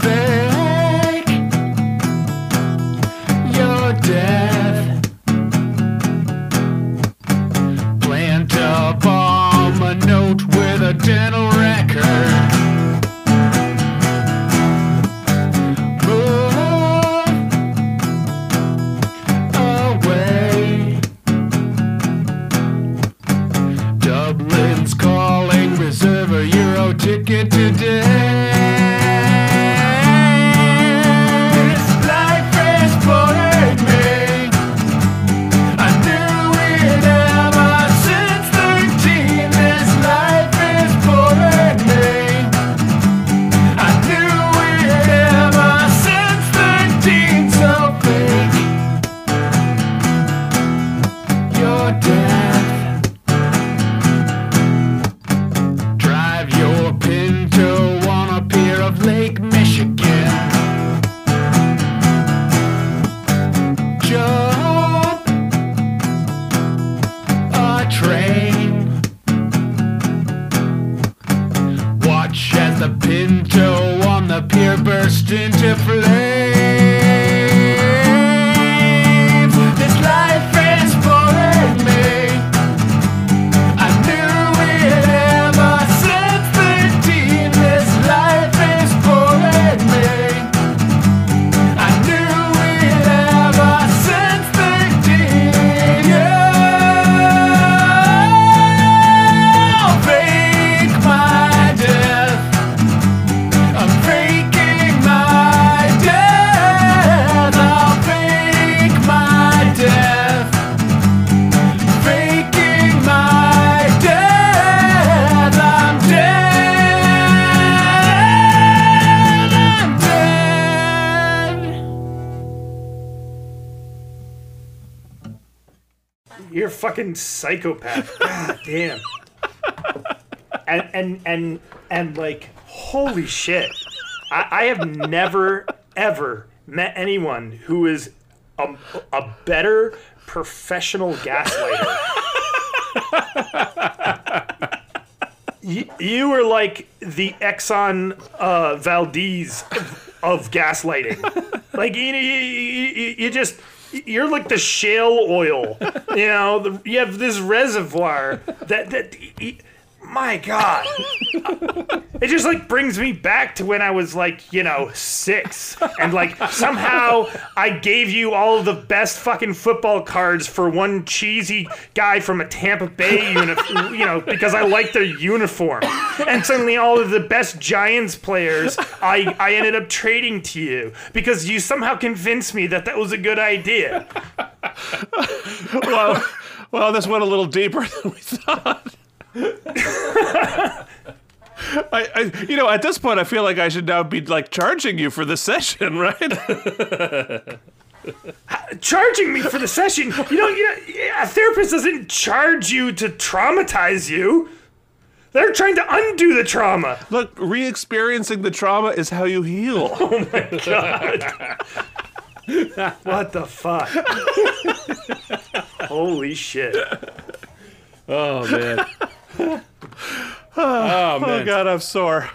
[SPEAKER 7] fake your death. Plant a bomb, a note with a dental record. train. Watch as the pinto on the pier burst into flames. This life transported me. I knew it ever since 13. This life transported me. I knew it ever since 13. Yeah. Fake Oh, my death. I'm faking my death. I'll fake my death. Faking my death. I'm dead. I'm dead.
[SPEAKER 4] You're a fucking psychopath. God damn. And and and and like holy shit. I, I have never ever met anyone who is a, a better professional gaslighter. you, you were like the Exxon uh, Valdez of, of gaslighting. Like you, you, you, you just you're like the shale oil. You know, the, you have this reservoir that that. y- my God, it just like brings me back to when I was like, you know, six, and like somehow I gave you all the best fucking football cards for one cheesy guy from a Tampa Bay uniform, you know, because I liked their uniform, and suddenly all of the best Giants players I I ended up trading to you because you somehow convinced me that that was a good idea.
[SPEAKER 1] well, well, this went a little deeper than we thought. I, I, you know, at this point, I feel like I should now be like charging you for the session, right?
[SPEAKER 4] charging me for the session. You know, you know, a therapist doesn't charge you to traumatize you. They're trying to undo the trauma.
[SPEAKER 1] Look, re-experiencing the trauma is how you heal.
[SPEAKER 4] What the fuck? <laughs> Holy shit.
[SPEAKER 3] Oh man. oh man.
[SPEAKER 1] Oh God, I'm sore.